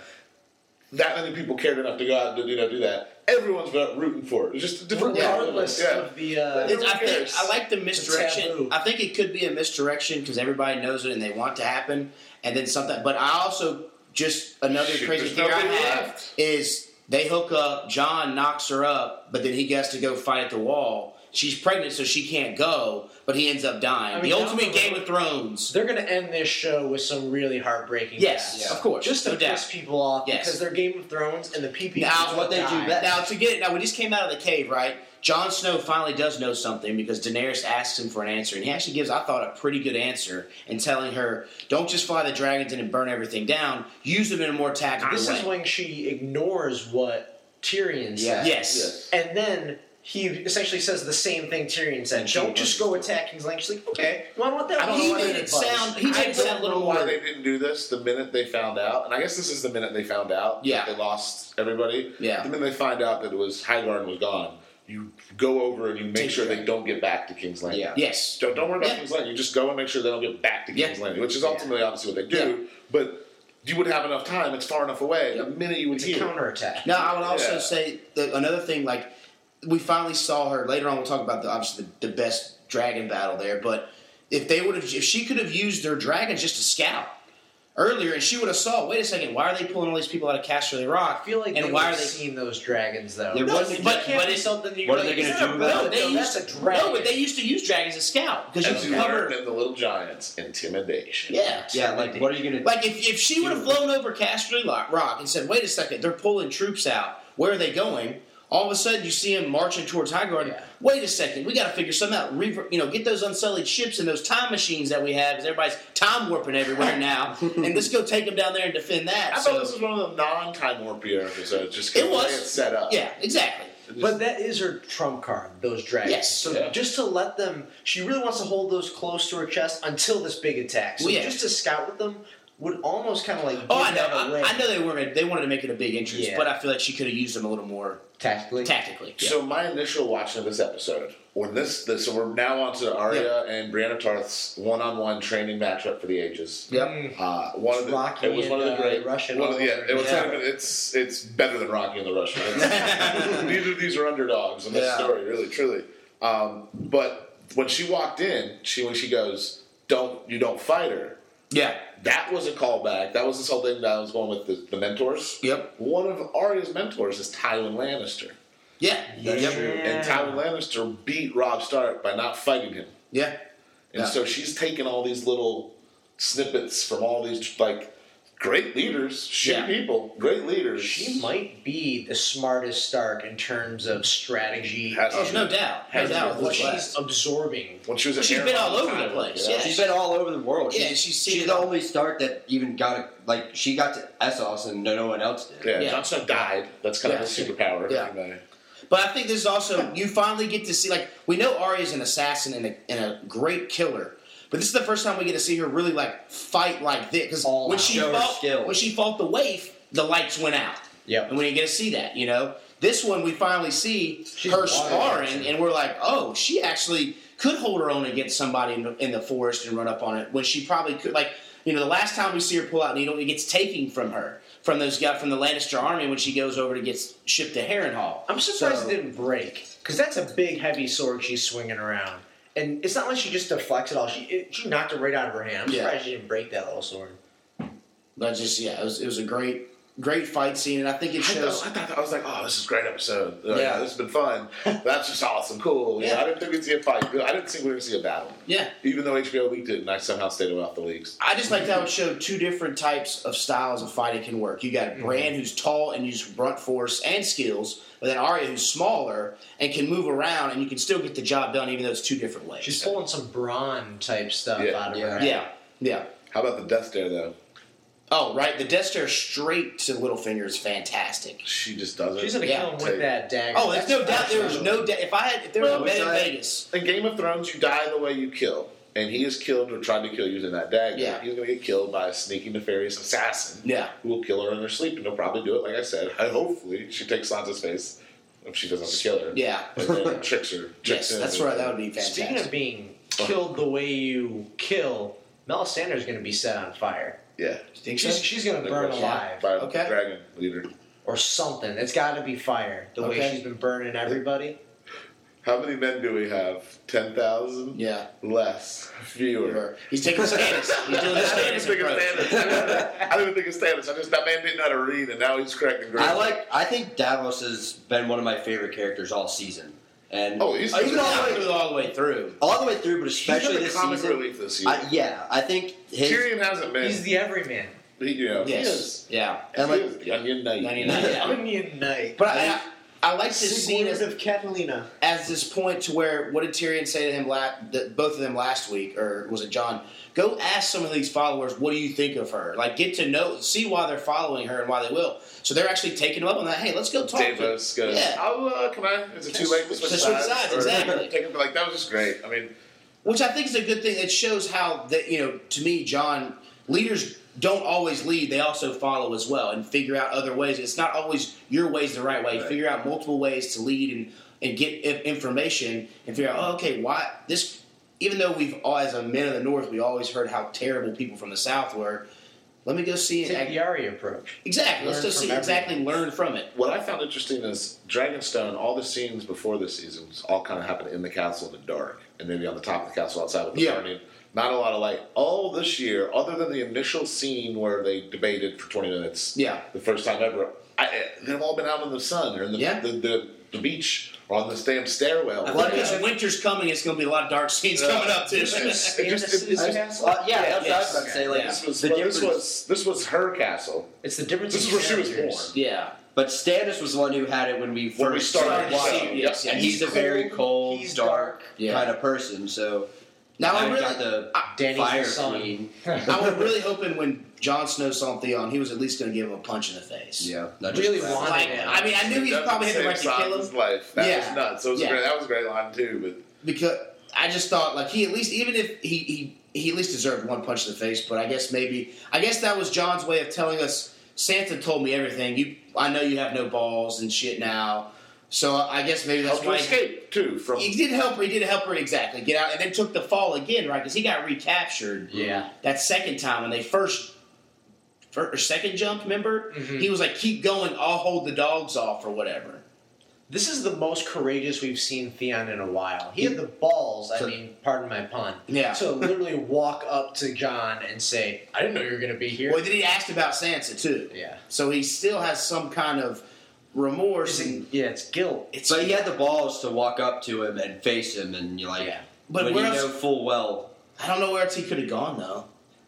S3: That many people cared enough to go out and you know do that. Everyone's been rooting for it. It's just a different
S5: Regardless
S3: Yeah.
S5: of the. Uh,
S4: It's- I think
S3: cares?
S4: I like the misdirection.
S5: taboo.
S4: I think it could be a misdirection because everybody knows it and they want it to happen, and then something. But I also just another
S3: Shoot,
S4: crazy
S3: there's
S4: theory I
S3: nobody
S4: have
S3: left.
S4: is they hook up. John knocks her up, but then he gets to go fight at the wall. She's pregnant, so she can't go, but he ends up dying.
S5: I mean,
S4: the
S5: down
S4: ultimate
S5: the
S4: Game
S5: road-
S4: of Thrones.
S5: they're going to end this show with some really heartbreaking.
S4: Yes,
S5: deaths.
S4: of course,
S5: Just to
S4: no doubt.
S5: piss people off
S4: Yes.
S5: because they're Game of Thrones and the PP.
S4: Now,
S5: is
S4: what
S6: they do
S5: die.
S6: best.
S4: Now to get now, we just came out of the cave, right? Jon Snow finally does know something because Daenerys asks him for an answer, and he actually gives, I thought, a pretty good answer in telling her, "Don't just fly the dragons in and burn everything down. Use them in a more tactical
S5: This
S4: way."
S5: is when she ignores what Tyrion said.
S4: yes,
S5: And then he essentially says the same thing Tyrion said.
S6: And she
S5: Don't just
S6: listens
S5: go
S6: to it.
S5: attack King's Landing. She's like, okay, well, I want that.
S3: I don't
S5: one.
S4: he
S3: know why
S4: made
S3: they
S4: it
S3: didn't
S4: sound. He
S5: I
S4: made it sound a
S3: I don't
S4: little
S3: know why
S4: more.
S3: they didn't do this the minute they found out, and I guess this is the minute they found out
S4: Yeah.
S3: that they lost everybody.
S4: Yeah.
S3: The minute they find out that it was Highgarden was gone, you go over and you make
S4: Take
S3: sure
S4: care.
S3: they don't get back to King's Landing.
S6: Yeah.
S4: Yes,
S3: Don't, don't worry about
S4: Yeah.
S3: King's Landing. You just go and make sure they don't get back to
S4: Yeah.
S3: King's Landing, which is ultimately obviously what they do. But you would have enough time. It's far enough away. The minute you would
S5: It's a
S3: hear,
S5: counterattack.
S4: Now, I would also
S3: Yeah.
S4: say that another thing, like we finally saw her later on. We'll talk about the obviously the, the best dragon battle there, but if they would have, if she could have used their dragons just to scout earlier, and she would have saw. Wait a second, why are they pulling all these people out of Casterly Rock?
S5: I feel like
S4: and
S5: they
S4: why
S5: would've
S4: are they?
S5: seen those dragons though?
S6: There
S4: No,
S6: wasn't-
S4: but-
S5: Can't
S4: but
S5: be
S4: it's-
S5: something that you're
S6: what are
S5: like,
S6: they gonna
S5: "Is that
S6: do
S5: a
S6: about
S5: rabbit?
S4: no, they
S5: No,
S4: used
S5: that's a dragon.
S4: No, but they used to use dragons as scout because
S3: as
S4: you
S3: you learned
S4: cover.
S3: in the Little Giants, intimidation.
S4: Yeah,
S6: yeah, like what are you gonna?
S4: Like if, if she would have flown over Casterly Lo- Rock and said, "Wait a second, they're pulling troops out. Where are they going?" All of a sudden, you see him marching towards Highgarden.
S5: Yeah.
S4: Wait a second, we got to figure something out. Rever- you know, get those unsullied ships and those time machines that we have, because everybody's time warping everywhere now. and let's go take them down there and defend that.
S3: I
S4: so,
S3: thought this was one of the non-time warpier episodes, just 'cause
S4: It
S3: the way
S4: was.
S3: it's set up.
S4: yeah, exactly.
S3: Just-
S5: But that is her trump card, those dragons.
S4: Yes.
S5: So
S3: Yeah.
S5: just to let them, she really wants to hold those close to her chest until this big attack. So
S4: Well, yeah.
S5: just to scout with them would almost kind of like
S4: Oh,
S5: give
S4: I know.
S5: that away
S4: I, I know they weren't. They wanted to make it a big entrance,
S5: Yeah.
S4: but I feel like she could have used them a little more
S5: tactically.
S4: tactically. Yeah.
S3: So my initial watching of this episode, when this, this so we're now on to Arya and Brianna Tarth's one-on-one training matchup for the ages.
S4: Yep.
S3: Uh, one of the,
S5: Rocky
S3: it was one of the
S5: and, uh,
S3: great
S5: Russian
S3: One of the,
S5: all
S3: yeah,
S5: over
S3: it was
S5: again.
S3: kind of- it's it's better than Rocky and the Russian. It's- these are these are underdogs in this
S4: Yeah.
S3: story, really, truly. Um, but when she walked in, she when she goes, "Don't you don't fight her."
S4: Yeah.
S3: That was a callback. That was this whole thing that I was going with the, the mentors.
S4: Yep.
S3: One of Arya's mentors is Tywin Lannister.
S4: Yeah.
S6: That's
S4: yep.
S6: true.
S3: And Tywin Lannister beat Rob Stark by not fighting him.
S4: Yeah.
S3: And
S4: Yeah.
S3: so she's taken all these little snippets from all these like great leaders, shit
S4: Yeah.
S3: people, great leaders.
S5: She might be the smartest Stark in terms of strategy.
S3: Has-
S4: Oh, no doubt. No
S3: Has
S4: doubt.
S5: What
S4: Who's
S5: she's
S4: last.
S5: absorbing.
S3: when she was a
S4: She's been all over the place, yeah.
S6: She's been all over the world.
S4: Yeah,
S6: she's,
S4: she's seen
S6: she's
S4: it
S6: the
S4: all.
S6: only Stark that even got a, like she got to Essos and no, no one else did.
S3: Yeah,
S4: Yeah.
S3: Jon Snow died. That's kind of
S4: Yeah.
S3: his superpower.
S4: Yeah. But I think this is also you finally get to see like we know Arya's an assassin and a, and a great killer, but this is the first time we get to see her really like fight like this because
S5: All
S4: when
S5: out.
S4: she
S6: Show her
S4: fought
S6: skills.
S4: when she fought the waif, the lights went out.
S5: Yep.
S4: and we didn't get to see that. You know, this one we finally see
S5: She's
S4: her
S5: wild,
S4: sparring,
S5: actually.
S4: and we're like, oh, she actually could hold her own against somebody in the, in the forest and run up on it when she probably could. Like you know, the last time we see her pull out needle, it gets taken from her. From those guys from the Lannister army when she goes over to get shipped to Harrenhal.
S5: I'm surprised
S4: So-
S5: it didn't break because that's a big, heavy sword she's swinging around, and it's not like she just deflects it all. She it, she knocked it right out of her hand. I'm
S4: Yeah.
S5: surprised she didn't break that little sword.
S4: But just yeah, it was, it was a great great fight scene, and I think it
S3: I,
S4: shows.
S3: thought, I thought I was like, oh, this is a great episode. Like,
S4: Yeah.
S3: this has been fun. That's just awesome, cool. Yeah,
S4: Yeah.
S3: I didn't think we'd see a fight. I didn't think we were gonna see a battle.
S4: yeah,
S3: Even though HBO leaked it, and I somehow stayed away off the leaks.
S4: I just like that would show two different types of styles of fighting can work. You got Bran who's tall and uses brunt force and skills, but then Arya who's smaller and can move around, and you can still get the job done even though it's two different ways.
S5: She's pulling some brawn type stuff
S3: Yeah.
S5: out of
S6: Yeah.
S5: her. hand.
S4: yeah, yeah.
S3: How about the Death Stare though?
S4: Oh right, the death stare straight to Littlefinger is fantastic.
S3: She just does it.
S5: She's gonna
S4: Yeah.
S5: kill him with that dagger.
S4: Oh, there's no doubt.
S5: That's
S4: There was no
S5: awesome.
S4: doubt. If I had, if there was
S3: Well,
S4: a bet in
S6: besides-
S4: Vegas,
S3: In Game of Thrones, you die the way you kill, and he is killed or tried to kill using that dagger.
S4: Yeah.
S3: He's going to get killed by a sneaky, nefarious assassin
S4: yeah,
S3: who will kill her in her sleep, and he'll probably do it. Like I said, I, hopefully she takes Sansa's face if she doesn't have to kill her.
S4: yeah,
S3: And then tricks her. Tricks
S4: yes,
S3: him.
S4: that's right. That would be fantastic.
S5: Speaking of being killed the way you kill, Melisandre's gonna be set on fire.
S3: yeah.
S4: You think so?
S5: She's, she's gonna
S3: Like,
S5: burn
S3: yeah,
S5: alive
S3: by
S4: Okay.
S3: the dragon leader.
S5: or something. It's got to be fire. The way
S4: Okay.
S5: she's been burning everybody.
S3: How many men do we have? Ten thousand
S4: yeah.
S3: less, fewer.
S4: He's taking Stannis. He's doing
S3: I didn't even think
S4: the Stannis
S3: of
S4: approach.
S3: Stannis. I didn't even think of Stannis. I just that man didn't know how to read, and now he's correcting. grammar.
S6: I like. I think Davos has been one of my favorite characters all season, and
S3: Oh, he's-
S6: even all, the way,
S4: all the way through.
S6: all the way through, but
S3: He's been
S6: especially
S3: the
S6: this
S3: comic
S6: season.
S3: relief this year.
S6: I, yeah, I think his
S3: Tyrion hasn't been.
S5: He's the everyman.
S3: He, you know, he
S4: Yes.
S3: is.
S4: Yeah.
S6: And,
S3: he
S6: like-
S3: is the Onion Knight.
S4: 99. Yeah.
S5: Onion Knight.
S4: But I, I, I like to see
S5: Sigward
S4: this
S5: of Catalina.
S4: as this point to where what did Tyrion say to him last, that both of them last week, or was it John? Go ask some of these followers, what do you think of her? Like, get to know, see why they're following her and why they will. So they're actually taking him up on that. Hey, let's go talk to
S3: Davos goes,
S4: Yeah.
S3: oh, uh, can I? Is it too late to switch
S4: Switch
S3: sides?
S4: sides,
S3: Or-
S4: exactly.
S3: Take him, like, that was just great. I mean,
S4: Which I think is a good thing. It shows how that you know, to me, John, leaders don't always lead; they also follow as well and figure out other ways. It's not always your way's the right way.
S3: Right.
S4: Figure out multiple ways to lead and and get i- information and figure out, oh, okay, why this. Even though we've all, as a men of the North, we always heard how terrible people from the South were. Let me go see and
S5: Take
S4: act-
S5: the Arya approach.
S4: exactly. Let's
S5: learn
S4: go
S5: from
S4: see exactly learn from it.
S3: what I found interesting is Dragonstone, all the scenes before this season all kind of happened in the castle in the dark and maybe on the top of the castle outside with the
S4: Yeah.
S3: burning. Not a lot of light. All this year, other than the initial scene where they debated for 20 minutes,
S4: Yeah.
S3: the first time ever, I, they've all been out in the sun or in the,
S4: Yeah.
S3: the, the, the beach or on this damn stairwell.
S4: Well, because winter's coming, it's going to be a lot of dark scenes coming up too.
S3: It's just- it just- it-
S5: Stannis'
S3: it's-
S5: castle?
S6: Uh, yeah,
S4: Yes.
S6: that's what I was about to say. Like
S4: Yeah.
S3: This was,
S6: the
S3: well,
S6: difference.
S3: this was this was her castle.
S5: It's the difference.
S3: This
S5: in
S3: is where she was
S5: characters.
S4: yeah,
S6: But Stannis was the one who had it when we first
S3: When we started the
S6: watching.
S3: show,
S6: it.
S4: yes,
S6: and
S4: yes.
S6: he's, a very cold,
S5: He's
S6: dark,
S4: Yeah.
S6: kind of person. So
S4: Now
S6: now
S4: I
S6: we've
S4: really, uh,
S6: got the
S5: Danny's
S6: fire
S5: the son.
S6: queen.
S4: I was really hoping when Jon Snow saw Theon, he was at least going to give him a punch in the face.
S6: Yeah, not
S5: Really
S6: just-
S5: wanted
S4: Like,
S5: him.
S4: I mean, I knew he probably had the right to kill him
S3: Life. That
S4: Yeah.
S3: was nuts. So it was a
S4: Yeah.
S3: great, that was a great line too. But
S4: because I just thought like he at least even if he he, he at least deserved one punch in the face. But I guess maybe I guess that was John's way of telling us Santa told me everything. You I know you have no balls and shit now. So I guess maybe that's
S3: helped her
S4: why
S3: escape too from
S4: he did help her. He did help her exactly get out, and then took the fall again, right? Because he got recaptured.
S5: Yeah.
S4: that second time when they first. fir- Or second jump, remember? He was like, "Keep going, I'll hold the dogs off," or whatever.
S5: This is the most courageous we've seen Theon in a while. He had the balls, I
S6: To-
S5: mean, pardon my pun,
S4: Yeah.
S5: to literally walk up to John and say, I didn't know you were going to be here.
S4: Well, then he asked about Sansa too.
S5: Yeah.
S4: So he still has some kind of remorse. And,
S5: yeah, it's guilt.
S4: it's
S6: But he had the balls to walk up to him and face him, and you're like,
S5: Yeah.
S4: But
S6: when
S4: where
S6: you
S4: else-
S6: know full well.
S4: I don't know where else he could have gone though.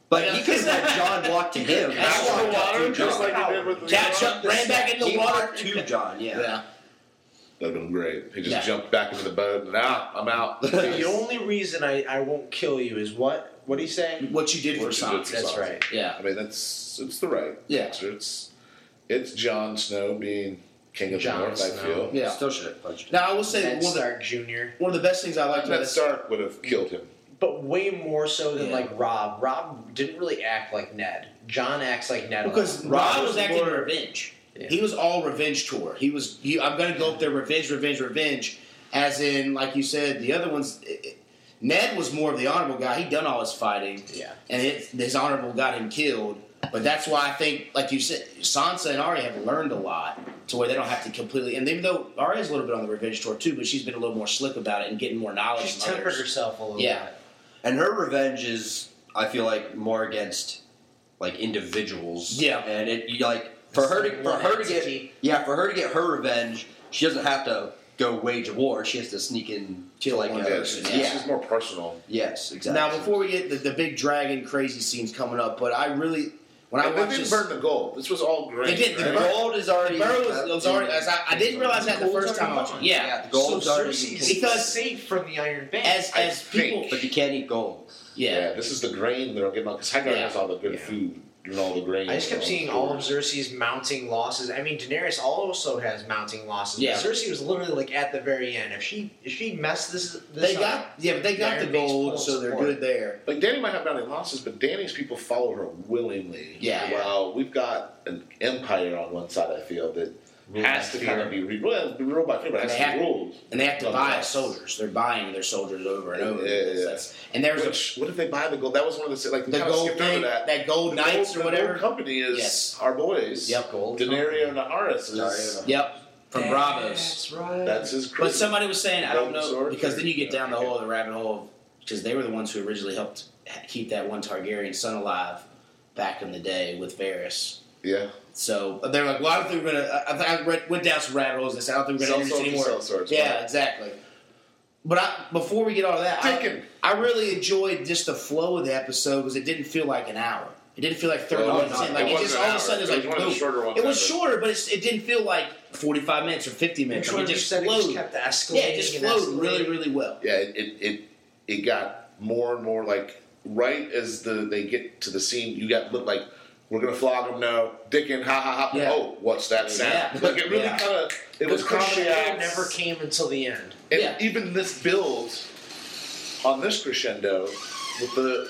S6: But
S4: Yeah.
S6: he could have let John walk to him.
S4: Back
S6: He
S4: to the
S6: walked up to
S3: water, just
S6: John.
S3: like he did with the
S4: Jack jumped, ran back in the
S6: He
S4: water.
S6: walked to John. Yeah.
S4: Yeah.
S3: That'd been great. He just
S4: Yeah.
S3: jumped back into the boat and ah, I'm out.
S5: The only reason I, I won't kill you is what? What do you say?
S4: What you did
S3: What
S4: for
S3: you did
S4: Sansa.
S3: for
S5: That's
S3: Sansa.
S5: right.
S4: Yeah.
S3: I mean, that's it's the right
S4: Yeah.
S3: answer. It's it's Jon Snow being king of
S5: Jon
S3: the North. I
S5: Snow.
S3: feel.
S4: Yeah.
S6: Still should have punched him.
S4: Now I will say
S5: Ned
S4: one of, the,
S5: Stark Jr.
S4: one of the best things I liked about
S3: Ned
S4: this.
S3: Stark would have killed him.
S5: But way more so than
S4: Yeah.
S5: like Rob. Rob didn't really act like Ned. John acts like Ned. a lot.
S4: Because Rob was acting in revenge.
S5: Yeah.
S4: He was all revenge tour. He was. He, I'm going to go up there, revenge, revenge, revenge. As in, like you said, the other ones. It, it- Ned was more of the honorable guy. He'd done all his fighting.
S5: Yeah.
S4: and it, his honorable got him killed. But that's why I think, like you said, Sansa and Arya have learned a lot to where they don't have to completely. And even though Arya's a little bit on the revenge tour too, but she's been a little more slick about it and getting more knowledge.
S5: she's
S4: from
S5: tempered
S4: others.
S5: herself a little
S4: Yeah.
S5: bit.
S6: And her revenge is, I feel like, more against like individuals.
S4: Yeah.
S6: And it you, like for
S5: It's
S6: her
S5: like
S6: to for
S5: one
S6: her to
S5: entity.
S6: get yeah for her to get her revenge, she doesn't have to go wage a war. She has to sneak in to
S4: Kill
S6: like
S4: one
S6: a,
S3: Yeah, it's,
S4: person,
S3: it's
S6: yeah.
S3: just more personal.
S6: Yes, exactly.
S4: Now, before we get the, the big dragon crazy scenes coming up, but I really when I
S3: And they
S4: watched
S3: didn't
S4: this,
S3: burn the gold. This was all great.
S4: They didn't.
S6: the
S3: right?
S4: burn-
S6: gold is already
S4: Burrow was, was already. As I, I didn't realize that the first time watching. Yeah.
S6: yeah, the gold is
S5: so
S6: already
S5: Cersei is
S4: Because-
S5: safe from the Iron Bank.
S4: As
S3: I
S4: as
S3: think-
S4: people.
S6: but you can't eat gold.
S3: yeah.
S4: Yeah.
S3: this is the grain they're getting on because Hagar
S4: Yeah.
S3: has all the good
S5: Yeah.
S3: food and all the grain.
S5: I just kept
S3: and
S5: seeing
S3: the
S5: all of
S3: stores.
S5: Cersei's mounting losses. I mean, Daenerys also has mounting losses. but
S4: Yeah.
S5: Cersei was literally like at the very end. If she if she messed this, this
S4: They
S5: up,
S4: got yeah, but they got
S5: Iron
S4: the
S5: Man's
S4: gold,
S5: full
S4: so they're
S5: support.
S4: good there.
S3: Like Danny might have mounting losses, but Danny's people follow her willingly.
S4: Yeah.
S3: Well, we've got an empire on one side. I feel that has to
S5: by
S3: kind
S5: fear.
S3: of be re- well, be ruled by fear, but
S4: And
S3: has
S4: they
S3: to be
S4: have-
S3: ruled.
S4: And they have to
S3: Love
S4: buy
S3: that.
S4: soldiers. They're buying their soldiers over and over.
S3: Yeah, yeah, yeah.
S4: That's- And there's a
S3: Which, what if they buy the gold? That was one of the like we
S4: the
S3: kinda
S4: gold
S3: skipped
S4: thing,
S3: over that.
S4: that, gold
S3: The gold-
S4: knights or
S3: the gold
S4: whatever.
S3: company is
S4: Yes.
S3: our boys.
S4: Yep.
S5: gold.
S3: Denario Naharis is
S6: Dario.
S4: Yep, from Bravos.
S5: That's right.
S3: that's his. Crew.
S4: But somebody was saying I don't
S3: Golden
S4: know
S3: sword
S4: because
S3: or-
S4: then you get down the
S3: okay.
S4: hole of the rabbit hole because they were the ones who originally helped ha- keep that one Targaryen son alive back in the day with Varys.
S3: yeah,
S4: So they're like, well, I don't think we're gonna. I, I, think I read, went down some rabbit holes. And said, I don't think we're
S3: Sell
S4: gonna do this
S3: swords to
S4: anymore.
S3: sell swords,
S4: yeah,
S3: right.
S4: exactly. But I, before we get all that, I,
S3: Taken.
S4: I really enjoyed just the flow of the episode because it didn't feel like an hour. It didn't feel like thirty
S3: Well, it
S4: minutes.
S3: wasn't-
S4: in. Like
S3: it
S4: it,
S3: wasn't
S4: just
S3: an
S4: all of a
S3: hour.
S4: sudden it was
S3: It
S4: like
S3: was one of the
S4: boom.
S3: shorter ones
S4: It was
S3: ever.
S4: shorter, but it's, it didn't feel like forty-five minutes or fifty minutes.
S5: Which
S4: I mean, it
S5: one you
S4: just
S5: said it just
S4: flowed.
S5: kept escalating.
S4: yeah, it just
S5: and
S4: flowed
S5: escalating.
S4: really, really well.
S3: yeah. It it it, it got more and more like right as the they get to the scene, you got look like we're gonna flog him now. Dickin, ha ha ha.
S4: Yeah.
S3: Oh, what's that sound?
S4: Yeah.
S3: Like it really
S4: Yeah.
S3: kind of it
S5: The
S3: was comedy
S5: crescendo
S3: acts.
S5: never came until the end.
S3: And
S4: Yeah.
S3: even this build on this crescendo with the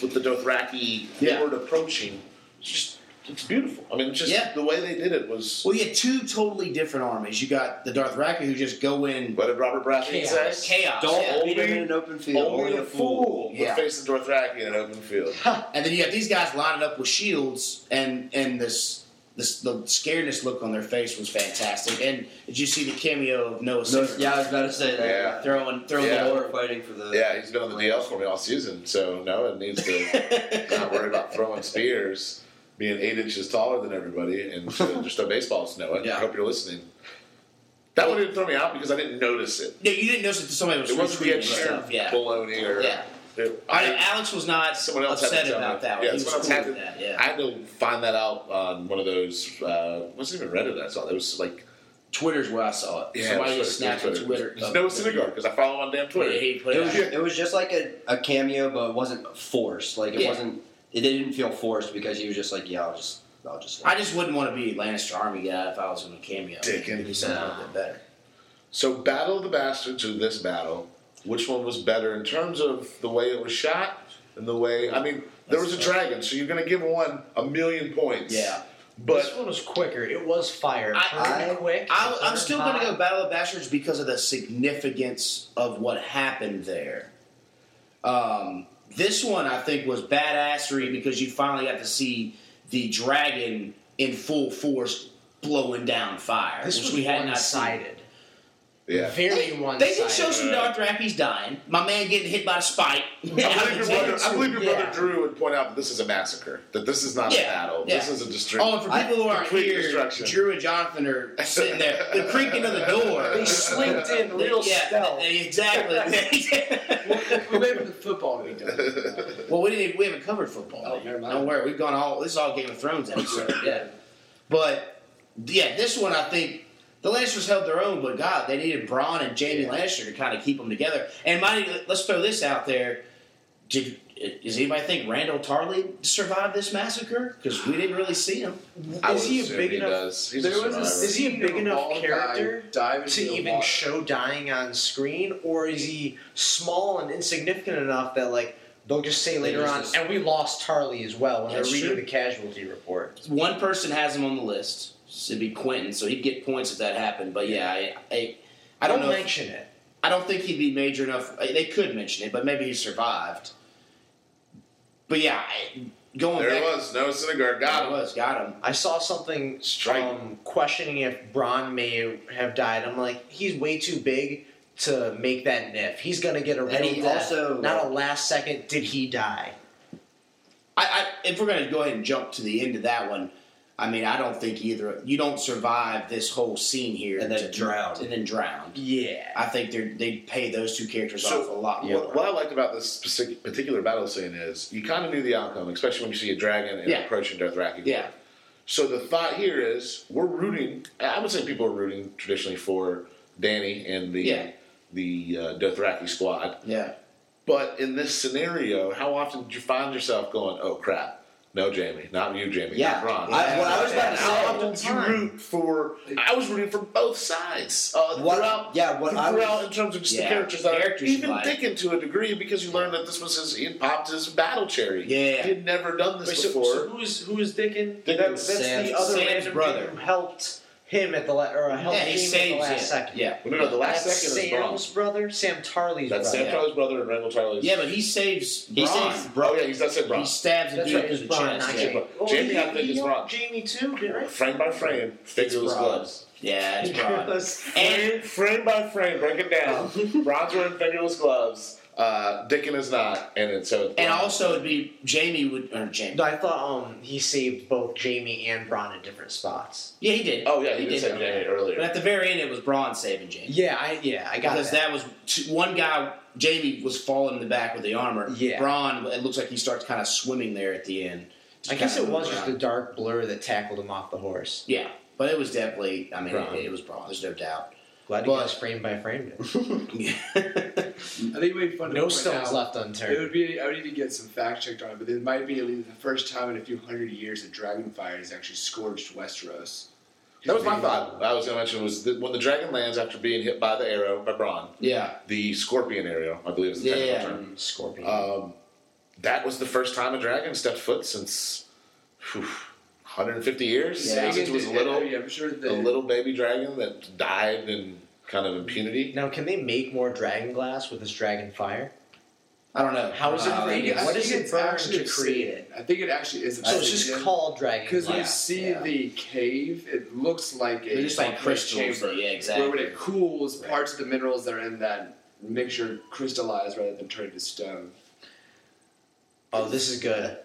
S3: with the Dothraki
S4: Yeah.
S3: horde approaching, it's just it's beautiful. I mean, it's just
S4: Yeah.
S3: the way they did it was.
S4: Well, you had two totally different armies. You got the Darth Raki who just go in
S3: What did Robert Bradley
S5: Chaos.
S3: say?
S4: chaos.
S6: Don't
S4: yeah.
S6: beat him in an open field.
S3: Only a fool would
S4: Yeah.
S3: face the Dothraki in an open field.
S4: And then you have these guys lining up with shields, and and this this the scaredness look on their face was fantastic. And did you see the cameo of Noah
S6: No,
S4: Singer
S6: yeah, I was about to say that.
S3: Yeah.
S4: throwing throwing
S3: Yeah.
S4: the
S6: People
S4: orb?
S6: are fighting for the
S3: Yeah, he's been on the DL for me all season, so no one needs to not worry about throwing spears, being eight inches taller than everybody, and should just throw baseballs. No, I
S6: Yeah.
S3: hope you're listening. That one didn't throw me out because I didn't notice it.
S4: No, you didn't notice that somebody was
S3: It wasn't the
S4: retweeting
S3: Ed Sheeran
S4: stuff. Yeah,
S3: baloney or
S4: yeah.
S3: It-
S4: I know Alex was not
S3: someone else had
S4: upset
S3: to tell
S4: about
S3: me.
S4: that. one.
S3: Yeah,
S4: he was
S3: someone else
S4: cool
S3: had
S4: with
S3: to-
S4: that. Yeah.
S3: I had to find that out on one of those. Uh, wasn't even Reddit I saw. There was like
S7: Twitter's where I saw it.
S3: yeah,
S7: Somebody
S3: it
S7: was snapping Twitter.
S3: There's no Syndergaard because I follow him on damn
S7: Twitter.
S3: Twitter.
S7: He put
S6: It
S7: it
S6: was,
S7: out.
S6: it was just like a, a cameo, but it wasn't forced. Like it
S7: Yeah.
S6: wasn't. It didn't feel forced because he was just like, yeah, I'll just, I'll just.
S4: I just wouldn't want to be Lannister army guy if I was in a cameo.
S3: Dickin.
S4: Maybe something a little bit better.
S3: So, Battle of the Bastards or this battle, which one was better in terms of the way it was shot and the way? I mean, there was a dragon, so you're going to give one a million points.
S4: Yeah.
S5: this
S3: but
S5: one was quicker. It was fire.
S4: I-
S5: Pretty quick.
S4: I, I'm still going to
S5: Hot.
S4: go Battle of Bastards because of the significance of what happened there. Um, this one, I think, was badassery because you finally got to see the dragon in full force blowing down fire,
S5: This
S4: which
S5: was
S4: we had not seen.
S5: one-sided.
S3: yeah.
S5: Very
S4: They-
S5: one.
S4: They did show some Darth Rappies dying. My man getting hit by a spike.
S3: I believe your brother, I believe your brother
S5: Yeah.
S3: Drew would point out that this is a massacre. That this is not a
S4: Yeah,
S3: battle. This
S4: yeah.
S3: is a
S4: Oh,
S3: destruction.
S4: and for
S6: I-
S4: people who aren't
S3: complete
S4: here,
S3: destruction.
S4: Drew and Jonathan are sitting there. The creaking of the door.
S5: They slinked in real
S4: yeah, e-,
S5: stealth.
S4: they- exactly.
S2: we made it with the football we done.
S4: well, we didn't. Even, we haven't covered football.
S2: Oh, never mind.
S4: Don't worry. We've gone all. This is all Game of Thrones episode.
S2: Yeah.
S4: But yeah, this one I think the Lannisters held their own, but God, they needed Braun and Jamie Lannister to kind of keep them together. And mighty, let's throw this out there. Did does anybody think Randall Tarley survived this massacre? Because we didn't really see him.
S3: I
S5: Is
S3: would
S5: he a
S3: assume
S5: big enough-
S3: Does. He's
S2: There was a
S3: survivor.
S5: Is he a big enough
S2: Bald guy
S5: character
S2: diving
S5: to
S2: into the
S5: even
S2: water.
S5: show dying on screen, or is he small and insignificant enough that like they'll just say later on,
S6: just-
S5: and we lost Tarly as well when
S4: That's
S5: they're reading
S4: true.
S5: the casualty report.
S4: One person has him on the list. It'd be Quentin, so he'd get points if that happened. But yeah, I, I, I don't,
S5: Don't
S4: know. if-
S5: mention it.
S4: I don't think he'd be major enough. Uh, They could mention it, but maybe he survived. But yeah, I- going
S3: There
S4: back,
S3: it was. No Syndergaard got
S4: There
S3: him.
S4: it was got him.
S5: I saw something
S3: Strike.
S5: um, questioning if Braun may have died. I'm like, he's way too big to make that niff. He's gonna get a real
S6: And he
S5: death,
S6: also-
S5: not a last second. Did he die?
S4: I, I, if we're going to go ahead and jump to the end of that one, I mean, I don't think either. You don't survive this whole scene here
S6: And then
S4: to-
S6: drown.
S4: and then drowned.
S5: Yeah.
S4: I think they they pay those two characters
S3: So,
S4: off a lot more.
S3: What, what I liked about this specific, particular battle scene is you kind of knew the outcome, especially when you see a dragon and
S4: Yeah.
S3: approaching Dothraki.
S4: yeah,
S3: So the thought here is we're rooting. I would say people are rooting traditionally for Danny and the
S4: Yeah.
S3: the uh, Dothraki squad.
S4: yeah.
S3: But in this scenario, how often did you find yourself going, "Oh crap, no Jamie, not you, Jamie,
S6: yeah,
S3: not Ron"?
S6: I, what I was about to
S3: how
S6: say.
S3: often did you
S5: Time.
S3: root for? I was rooting for both sides uh,
S6: What-
S3: throughout.
S6: yeah, what I
S3: throughout
S6: was-
S3: in terms of just
S4: Yeah,
S3: the characters that
S4: characters
S3: are
S4: you
S3: even
S4: like.
S3: thinking to a degree because you learned that this was his. He had popped his battle cherry.
S4: Yeah.
S3: he had never done this
S5: Wait, so,
S3: before.
S5: so who is who is Dickin?
S3: Dickin
S5: That-
S3: is
S5: that's
S6: Sam's-
S5: the other
S4: Sam's
S5: random dude
S4: brother.
S5: who helped him at the la- or helped
S4: yeah, he
S5: Jamie at the
S4: saves
S5: last
S4: it.
S5: second.
S4: Yeah,
S3: Well, no, no, the last
S5: that's
S3: second is Bron.
S5: Sam's brother, Sam Tarley's
S3: That's
S5: brother.
S3: Sam Charlie's brother and Randall Charlie's.
S4: yeah, but he saves.
S6: He
S4: Bronn.
S6: saves
S3: bro. Oh, yeah, he's that's it,
S4: He
S3: Bron.
S4: stabs a
S5: That's
S4: dude
S5: right,
S4: in
S5: it's
S4: the
S5: Bron,
S4: chest.
S5: not
S3: yeah.
S5: Jamie. Oh,
S3: Jamie,
S5: he-
S3: I think,
S5: he
S3: is
S5: helped
S3: Bron.
S5: Jamie too, did right?
S3: Frame by frame, fingerless
S4: Bron.
S3: gloves.
S4: Yeah, it's Bron.
S3: And frame by frame, break it down.
S4: Oh.
S3: Bron's wearing fingerless gloves. Uh, Dickin is not, and it's so. It's
S4: And
S3: Bron.
S4: also, it'd be Jamie would or Jamie.
S5: No, I thought um he saved both Jamie and Bron in different spots.
S4: Yeah, he did.
S3: oh yeah, he,
S4: he
S3: did say Jamie earlier.
S4: But at the very end, it was Braun saving Jamie.
S5: Yeah, I yeah I got
S4: because
S5: that.
S4: that, was t- one guy. Jamie was falling in the back with the armor.
S5: Yeah.
S4: Braun. It looks like he starts kind of swimming there at the end.
S5: I guess
S4: Kinda
S5: it was
S4: moving
S5: just
S4: around.
S5: the dark blur that tackled him off the horse.
S4: yeah, but it was definitely. I mean,
S3: Braun.
S4: It, it was Braun. There's no doubt.
S5: Glad
S4: But-
S5: he was frame by frame.
S4: Yeah.
S2: I think it would be fun to
S5: no
S2: point
S5: stones
S2: out.
S5: left
S2: It
S5: unturned.
S2: would be. I would need to get some fact checked on it, but it might be at least the first time in a few hundred years that Dragonfire has actually scorched Westeros.
S3: that was my thought. I was going to mention was that when the dragon lands after being hit by the arrow by Bron,
S4: yeah.
S3: the scorpion arrow, I believe is the technical
S4: Yeah.
S3: term.
S5: Scorpion.
S3: Um, that was the first time a dragon stepped foot since whew, 150 years.
S4: Yeah.
S3: Since it was
S2: Yeah,
S3: little.
S2: yeah, I'm sure that
S3: the little baby dragon that died in kind of impunity.
S5: now, can they make more dragon glass with this dragon fire?
S4: I don't know.
S5: How is it
S4: Uh,
S5: created?
S2: I
S5: What
S2: think
S5: does it
S2: it's
S5: burn
S2: actually
S5: to
S2: a
S5: create
S2: scene.
S5: it?
S2: I think it actually is. a
S5: So it's just
S2: scene.
S5: called dragon
S2: Because you
S5: glass.
S2: see
S4: yeah.
S2: the cave, it looks like a
S4: They're just like
S2: concrete
S4: crystals.
S2: chamber.
S4: though, Yeah,
S2: Where when
S4: exactly.
S2: it cools, parts of the minerals that are in that mixture crystallize rather than turn to stone.
S5: Oh, this is good.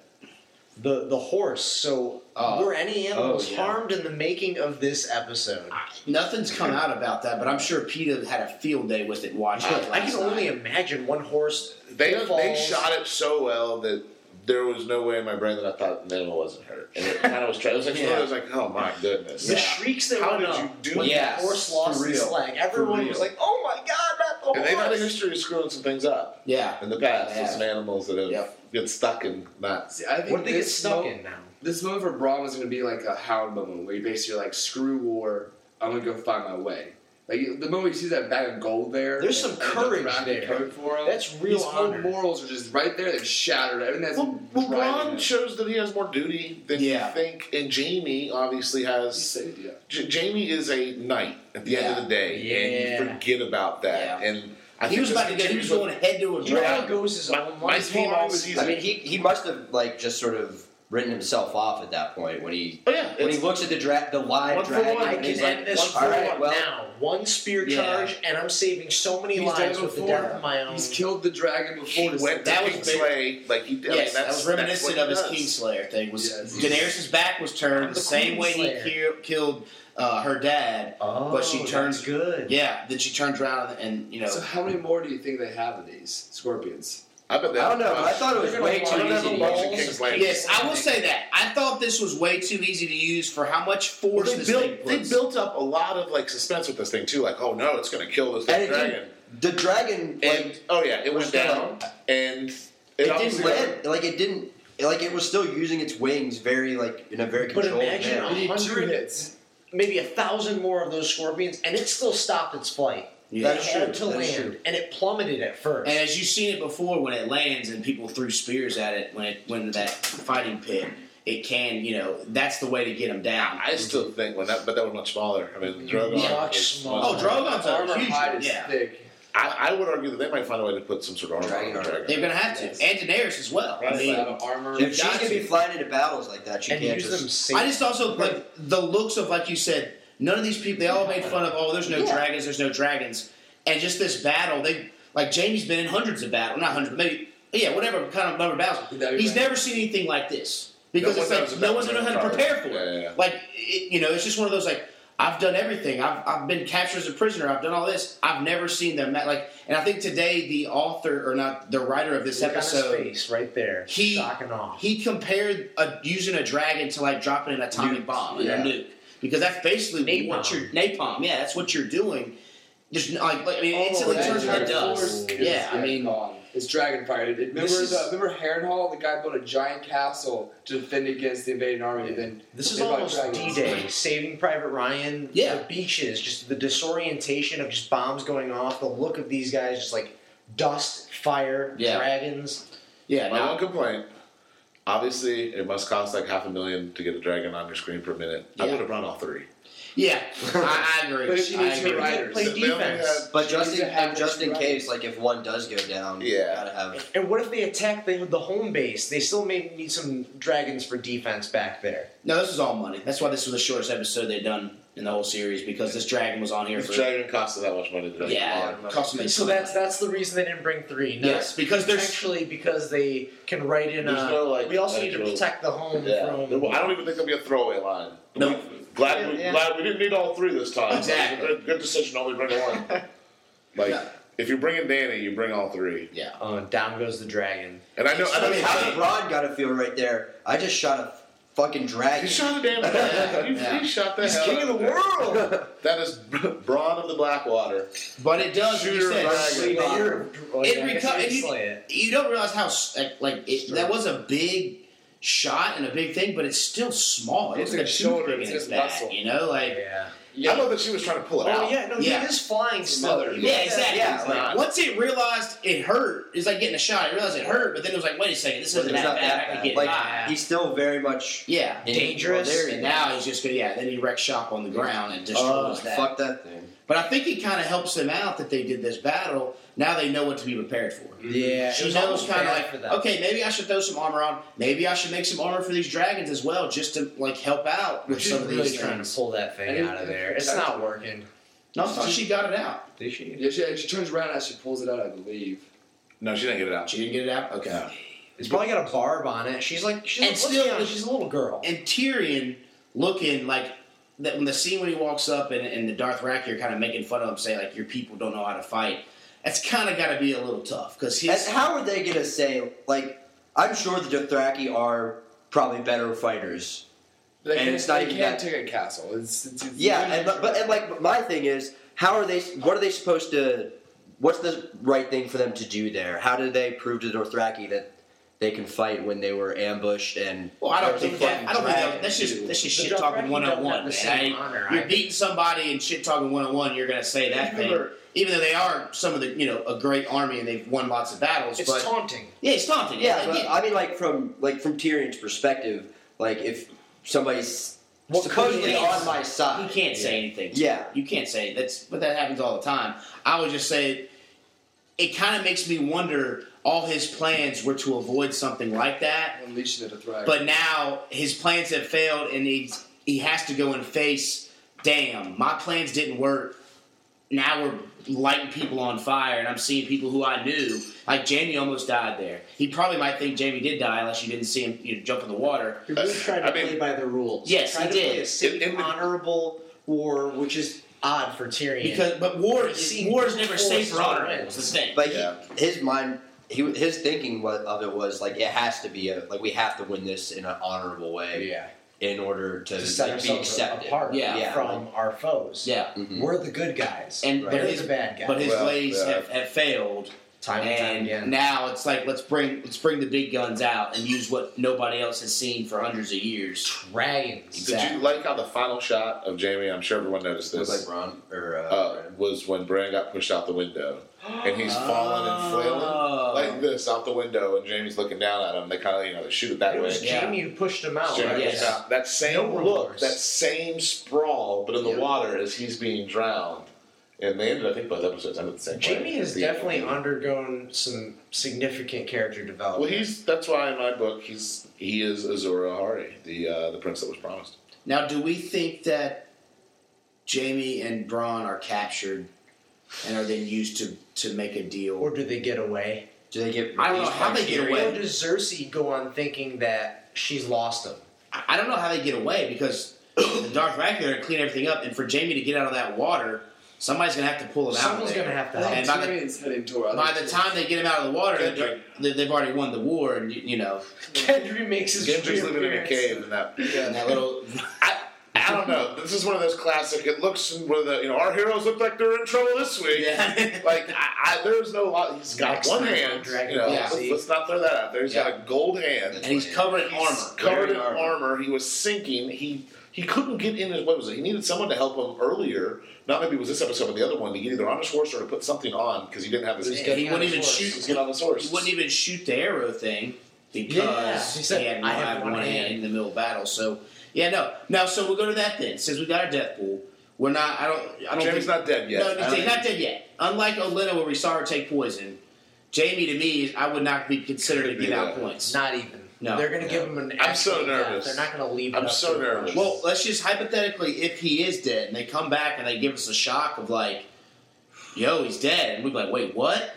S5: the the horse. So
S4: Uh,
S6: Oh.
S5: were any animals
S6: Oh, yeah.
S5: harmed in the making of this episode?
S4: Nothing's come out about that, but I'm sure PETA had a field day with it watching it.
S5: I can
S4: last
S5: only
S4: night.
S5: imagine one horse.
S3: They they
S5: falls.
S3: shot it so well that there was no way in my brain that I thought an animal wasn't hurt, and it kind of was. Tra- it was like,
S4: Yeah.
S3: I was like, oh my goodness.
S5: The shrieks that
S3: How
S5: went
S3: did
S5: up
S3: you do
S5: when
S6: Yes,
S5: the horse lost
S4: for
S5: its
S4: real.
S5: leg. Everyone
S4: real.
S5: was like, "Oh my god, not the
S3: And they've had a
S5: horse!"
S3: history of screwing some things up
S4: Yeah.
S3: in the past. There's
S4: Yeah.
S3: some animals that have
S4: Yep.
S3: get stuck in knots.
S2: See, I think
S5: What did they get
S2: this
S5: stuck
S2: mo-
S5: in now?
S2: This moment for Braun is going to be like a Howard moment, where you basically like, screw war, I'm going to go find my way. Like the moment you see that bag of gold there,
S5: There's some
S2: and he goes
S5: courage
S2: around and
S5: there.
S2: code for him.
S5: That's real
S2: His whole
S5: honor.
S2: morals are just right there. They're shattered. I mean, that's
S3: Well, well
S2: driving
S3: Braun
S2: him.
S3: shows that he has more duty than
S4: Yeah.
S3: you think, and Jamie obviously
S2: He
S3: has.
S2: saved you.
S3: J- Jamie is a knight at the end of the day, and
S5: Yeah.
S3: you forget about that.
S4: Yeah.
S3: And I
S4: He
S3: think
S4: was
S3: this
S4: about to go. He was
S3: continues
S4: going head to a
S5: He now
S4: dragon.
S5: goes his
S3: My,
S5: own
S3: my
S5: way.
S3: team all season.
S6: I mean, he he must have like just sort of written himself off at that point when he
S3: oh yeah,
S6: when
S3: it's-
S6: he looks at the dra- the live
S3: One for
S6: dragon.
S3: one,
S5: I
S6: and he's
S5: can
S6: like,
S5: end this
S6: all right,
S5: war
S6: well,
S5: now. One spear
S4: Yeah.
S5: charge, and I'm saving so many
S2: He's
S5: lives
S2: done
S5: with the
S2: before.
S5: death of my own.
S2: He's killed the dragon before.
S3: he
S2: to
S3: went
S2: save
S3: to
S4: That was
S2: him.
S4: big.
S3: Kingsley. Like he, I mean,
S4: Yes, that
S3: that's-
S4: was reminiscent
S3: that's what
S4: of his
S3: he does.
S4: Kingslayer thing. Was
S2: Yes.
S4: Daenerys' back was turned
S5: The
S4: the, same way
S5: Queenslayer.
S4: he ki- killed uh, her dad.
S5: Oh,
S4: But she turns-
S5: that's good.
S4: Yeah, then she turns around and you know.
S2: So how many more do you think they have of these scorpions?
S3: I bet they
S6: I don't know. I thought it was
S2: They're
S6: way
S2: gonna
S6: too
S2: line up
S6: easy.
S2: a
S6: to
S2: bunch
S6: use.
S2: of
S3: King's Landing.
S4: yes, I will say that I thought this was way too easy to use for how much
S3: Well,
S4: force
S3: they
S4: this thing
S3: built they
S4: puts.
S3: built up a lot of like suspense with this thing too. Like, oh no, it's going to kill this
S6: And it
S3: big dragon.
S6: didn't- the dragon like,
S3: And oh yeah, it went
S6: was down.
S3: down, and
S6: it,
S3: obviously-
S6: didn't land. Like it didn't. Like it was still using its wings very like in a very
S5: But
S6: controlled
S5: imagine
S6: manner.
S5: a
S2: need two
S5: hundred,
S2: hits.
S5: maybe a thousand more of those scorpions, and it still stopped its flight.
S4: Yeah.
S5: it
S6: That's
S5: had to
S6: true, that's
S5: land,
S6: true.
S5: and it plummeted at first.
S4: And as you've seen it before, when it lands and people threw spears at it when it went to that fighting pit, it can you know that's the way to get them down.
S3: I still think when that, but that was much smaller. I mean, Drogon.
S5: Much
S3: was-
S5: smaller.
S4: oh, Drogon's
S2: Armor
S4: a huge
S2: hide
S4: one.
S2: is
S4: Yeah,
S2: thick.
S3: I, I would argue that they might find a way to put some sort of armor
S6: Dragon
S3: on the
S6: armor.
S3: dragon.
S4: they're gonna have to, and Daenerys as well. I
S3: Right.
S4: mean,
S2: Without armor.
S6: If she's
S4: got
S6: gonna be
S4: to.
S6: flying into battles like that, she
S5: and
S6: can't
S5: use
S6: just.
S5: them safe.
S4: I just also like the looks of like you said, none of these people they all made fun of oh there's no dragons, there's no dragons. And just this battle, they like Jamie's been in hundreds of battles, not hundreds, maybe yeah, whatever kind of number of battles.
S2: Would that be
S4: He's
S2: right?
S4: never seen anything like this. Because
S3: No
S4: it's
S3: one knows
S4: like no
S3: about
S4: one's gonna know how
S3: Dragon
S4: to prepare for
S3: Guard.
S4: it.
S3: Yeah, yeah, yeah.
S4: Like it, you know, it's just one of those like I've done everything. I've, I've been captured as a prisoner. I've done all this. I've never seen them at- like. And I think today the author or not the writer of this
S5: Look on his
S4: episode
S5: face right there,
S4: he
S5: shock and awe.
S4: he compared uh using a dragon to like dropping an atomic
S6: Nuke,
S4: bomb and
S6: yeah.
S4: a nuke because that's basically
S5: Napalm.
S4: what you're napalm. Yeah, that's what you're doing. There's n- like, like I mean, it
S6: Oh,
S4: instantly
S2: Oh, that
S4: turns into
S2: dragon
S4: dust.
S2: force is-
S4: Yeah, I mean,
S6: um,
S2: gone. it's dragon fire. It- it- Remember,
S4: This is-
S2: the, remember Harrenhal? The guy built a giant castle to defend against the invading army. and Then
S5: This is
S2: they fought
S5: almost
S2: dragons.
S5: D-Day, Saving Private Ryan.
S4: Yeah.
S5: the beaches, just the disorientation of just bombs going off. The look of these guys, just like dust, fire,
S4: Yeah.
S5: dragons.
S4: yeah.
S3: My one
S4: No,
S3: complaint. Obviously, it must cost like half a million to get a dragon on your screen per minute. I
S4: Yeah.
S3: would have brought all three.
S4: yeah, I, I agree.
S2: But she
S4: I
S2: needs
S4: agree.
S2: your writers.
S5: Play
S3: They only
S5: defense.
S3: had-
S6: But
S2: She
S6: just
S2: needs
S6: in,
S2: to have
S6: just in
S2: extra
S6: case, like if one does go down,
S3: Yeah.
S6: you gotta have.
S5: And what if they attack the, the home base? They still may need some dragons for defense back there.
S4: No, this is all money. That's why this was the shortest episode they've done in the whole series because this dragon was on here
S3: This
S4: for
S3: dragon costed that much money to dragon.
S4: yeah,
S6: Yeah.
S4: cost me
S5: So that's that's the reason they didn't bring three. No,
S4: Yes, because there's-
S5: actually because they can write in.
S3: There's
S5: a,
S3: no, like,
S5: we also need to
S3: actual-
S5: protect the home
S3: Yeah.
S5: from.
S3: Well, I don't even think there'll be a throwaway line.
S4: No.
S3: Glad we,
S5: Yeah.
S3: glad we didn't need all three this time.
S4: Exactly.
S3: Good, good decision. Only bring one. Like
S4: Yeah.
S3: if you're bringing Danny, you bring all three.
S4: yeah.
S5: Oh, down goes the dragon.
S3: And I know. I
S6: I
S3: know
S6: mean, how did Braun gotta feel right there? I just shot a fucking dragon.
S3: he shot a damn dragon. He,
S4: Yeah.
S3: he shot the
S5: He's
S3: hell
S5: king
S3: out
S5: of the
S3: that.
S5: world.
S3: That is Braun of the Blackwater.
S4: But it does. like you
S3: Shooter
S4: said,
S3: of dragon.
S5: Actually, but you're- well, yeah, I
S4: it reco-
S5: guess you
S4: and
S5: can
S4: you,
S5: slay it.
S4: you don't realize how s- like, like it, that was a big shot and a big thing, but it's still small. It was
S2: It's
S4: like a
S2: like shoulder,
S4: shoulder in
S2: it's
S4: his
S2: just
S4: back,
S2: muscle.
S4: you know, like
S5: Yeah.
S3: I love that she was trying to pull it
S5: Oh
S3: out.
S5: yeah, no,
S4: Yeah.
S5: he is flying
S2: Mother-
S5: still.
S4: yeah, exactly.
S6: Yeah,
S4: Like,
S3: like-
S4: once it realized it hurt, it's like getting a shot. It realized it hurt, but then it was like, wait a second, this
S6: But
S4: isn't
S6: it's
S4: that
S6: not
S4: bad. I
S6: that
S4: can
S6: bad.
S4: get
S6: Like
S4: by.
S6: he's still very much.
S4: yeah.
S6: in-
S5: Dangerous.
S6: Well, there he
S4: And
S6: is.
S4: now he's just gonna yeah. Then he wrecked shop on the ground and
S6: Oh,
S4: destroys that.
S6: fuck that thing.
S4: But I think it kind of helps them out that they did this battle. Now they know what to be prepared for.
S5: Yeah,
S4: She knows kind of like, okay, maybe I should throw some armor on. Maybe I should make some armor for these dragons as well, just to like help out with
S5: She's
S4: some of
S5: really
S4: these
S5: trying to
S4: things.
S5: pull that thing out of there. It's not working.
S4: No, I thought she got it out.
S5: Did she?
S2: Yeah, she, she turns around and she pulls it out. I believe.
S3: No, she didn't get it out.
S4: She didn't get it out. Okay.
S3: No.
S5: It's probably got a barb on it. She's like, she's,
S4: And
S5: let's be
S4: still-
S5: honest, she's a little girl.
S4: and Tyrion looking like that when the scene when he walks up and, and the Darth Rakier kind of making fun of him, saying like your people don't know how to fight. That's kind of got to be a little tough because
S6: And
S4: he's
S6: how are they gonna say like? I'm sure the Dothraki are probably better fighters
S2: They
S6: And
S2: can't-
S6: it's not
S2: they
S6: even
S2: can't
S6: that-
S2: take a castle. It's, it's, it's
S6: Yeah, and but, but and like my thing is, how are they? What are they supposed to? What's the right thing for them to do there? How do they prove to the Dothraki that they can fight when they were ambushed and?
S4: well, I don't
S6: there's a
S4: think that. I don't think
S6: fucking
S4: that. That's just that's just
S5: The
S4: shit
S5: Dothraki
S4: talking one on
S5: don't have
S4: one.
S5: the same honor.
S4: You're
S5: I-
S4: beating somebody and shit talking one on one. You're gonna say that
S2: People
S4: thing,
S2: are-
S4: even though they are some of the you know a great army and they've won lots of battles.
S5: it's
S4: but
S5: taunting.
S4: yeah, it's taunting.
S6: Yeah,
S4: like,
S6: but I mean, like from like from Tyrion's perspective, like if somebody's
S5: What could
S6: supposedly
S5: he do?
S6: on my
S4: He
S6: side,
S4: can't say anything.
S6: Yeah.
S4: you can't say that's, but that happens all the time. I would just say it kind of makes me wonder. All his plans were to avoid something like that,
S2: unleashing the Dothraki.
S4: but now his plans have failed, and he's he has to go and face. Damn, my plans didn't work. Now we're lighting people on fire, and I'm seeing people who I knew. Like Jamie almost died there. He probably might think Jamie did die unless you didn't see him you know, jump in the water.
S5: He really tried to
S3: I mean-
S5: play by the rules.
S4: Yes, he
S5: tried to
S4: did.
S5: Play a safe,
S3: In- in the-
S5: honorable war, which is odd for Tyrion.
S4: Because but war
S5: He's
S4: is
S5: seen
S4: war is never
S5: forced
S4: safe for honor.
S5: to win.
S4: It's the thing.
S6: like
S3: Yeah.
S6: he, his mind, he his thinking wa- of it was like it has to be a like we have to win this in an honorable way
S2: yeah,
S6: in order to,
S5: to set
S6: like, be
S5: ourselves
S6: accepted.
S5: apart
S4: Yeah,
S6: yeah.
S5: from our foes.
S4: yeah,
S6: Mhm.
S5: We're the good guys.
S4: and
S5: They're
S4: but
S5: the
S4: his,
S5: bad guys.
S4: but his
S3: Well,
S4: ways
S3: yeah.
S4: have, have failed,
S5: time and time
S4: and
S5: again.
S4: now it's like let's bring let's bring the big guns out and use what nobody else has seen for hundreds of years.
S5: Dragons.
S3: Did you like how the final shot of Jamie? I'm sure everyone noticed
S6: It
S3: this.
S6: was like Ron or uh,
S3: uh, was when Bran got pushed out the window, and he's
S5: Oh.
S3: falling and flailing
S4: Oh.
S3: like this out the window, and Jamie's looking down at him. They kind of you know they shoot it that
S5: It
S3: way.
S5: was
S4: Yeah.
S5: Jamie who pushed him out.
S3: Jamie
S5: right?
S4: Yes.
S3: goes out. That same
S5: No
S3: look,
S5: remorse.
S3: that same sprawl, but in the
S6: Yeah.
S3: water as he's being drowned. And they ended, I think, both episodes ended the same.
S5: Jamie
S3: way.
S5: has
S3: The-
S5: definitely undergone some significant character development.
S3: Well, he's that's why in my book he's he is Azora Ahari, the uh, the prince that was promised.
S4: Now, do we think that Jamie and Braun are captured and are then used to to make a
S5: or
S4: deal?
S5: do they get away?
S6: Do they get?
S4: I don't know
S6: released
S4: how
S6: by
S4: they get
S6: Tyrion?
S4: away.
S5: Or does Cersei go on thinking that she's lost him?
S4: I I don't know how they get away because the Darth Rakier to clean everything up, and for Jamie to get out of that water, somebody's gonna have to pull him out. of
S5: Someone's
S4: there.
S5: gonna have to
S4: And
S5: help.
S4: by the-
S2: Tyrion's heading toward.
S4: By the time they get him out of the water, they're- they- they've already won the war, and you, you know,
S5: Gendry makes his
S3: Gendry's living in a
S5: reappearance.
S3: cave in that
S4: and that little.
S3: I, I don't know. This is one of those classic. It looks one of the you know our heroes look like they're in trouble this week.
S4: Yeah.
S3: Like I, I, there's no lot. He's got
S5: Next
S3: one
S5: time
S3: hand.
S5: on Dragon
S3: you know,
S5: Ball
S3: let's,
S5: Z.
S3: let's not throw that out there. He's
S6: Yeah.
S3: got a gold hand.
S4: and he's covered in
S3: He's
S4: armor.
S3: covered in
S6: Wearing
S3: armor.
S6: armor.
S3: He was sinking. He he couldn't get in his. What was it? He needed someone to help him earlier. Not maybe it was this episode, but the other one to get either on his horse or to put something on because he didn't have his.
S5: He's
S3: hand.
S5: getting
S4: He wouldn't
S5: on his
S4: even
S5: horse.
S4: shoot.
S3: He's getting on his horse.
S4: He wouldn't even shoot the arrow thing
S5: Yeah,
S4: because
S5: he said,
S4: he had
S5: "I
S4: one,
S5: have one
S4: one hand.
S5: hand."
S4: in the middle of battle. So yeah, no, no. So we'll go to that then. Since we got our death pool, we're not. I don't. I don't.
S3: Jamie's
S4: think,
S3: not dead yet.
S4: No, no,
S3: I
S4: he's
S3: don't-
S4: not dead yet. Unlike Olenna, where we saw her take poison, Jamie to me, is- I would not be considered
S3: Could
S4: to
S3: be
S4: give out
S3: that.
S4: points.
S5: Not even.
S4: No.
S5: They're gonna
S3: No.
S5: give him an.
S3: I'm so
S5: actual death.
S3: nervous.
S5: They're not gonna leave. it
S3: I'm
S5: up
S3: so
S5: to the
S3: nervous.
S5: punch.
S4: Well, let's just hypothetically, if he is dead, and they come back and they give us a shock of like, "Yo, he's dead," and we're like, "Wait, what?"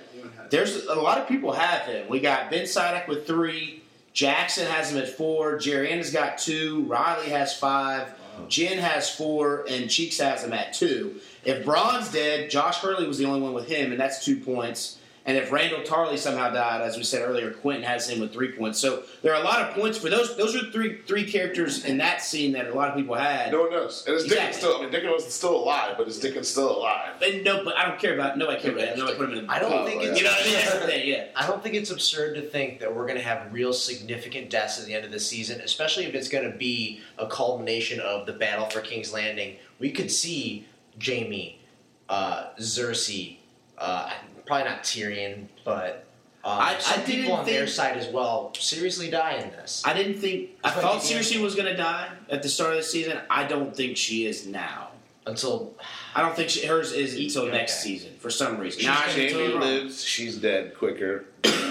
S4: There's a lot of people have him. We got Ben Sidak with three, Jackson has him at four, Jerry has got two, Riley has five, Jen has four, and Cheeks has him at two. If Braun's dead, Josh Hurley was the only one with him, and that's two points. And if Randall Tarley somehow died, as we said earlier, Quentin has him with three points. So there are a lot of points for those. Those are three three characters in that scene that a lot of people had.
S3: No one knows. And it's Dickens
S4: Exactly.
S3: still. I mean, Dickens was still alive, but it's Dickens still alive.
S4: And no, but I don't care about. Nobody cared about that. Nobody put him in.
S5: I don't
S3: Oh,
S5: think
S3: yeah.
S5: it's
S4: You know what I mean? That's the thing, yeah.
S5: I don't think it's absurd to think that we're going to have real significant deaths at the end of the season, especially if it's going to be a culmination of the battle for King's Landing. We could see Jamie, uh, Cersei, uh, probably not Tyrion, but um,
S4: I-
S5: some
S4: I didn't
S5: people on their
S4: think-
S5: side as well seriously die in this.
S4: I didn't think. I
S5: It's like
S4: thought
S5: the end.
S4: Cersei was going to die at the start of the season. I don't think she is now.
S5: Until
S4: I don't think she, hers is until
S5: E- Okay.
S4: next season for some reason.
S3: She's-
S4: Now, I could be
S3: Jamie
S4: totally wrong.
S3: lives. She's dead quicker,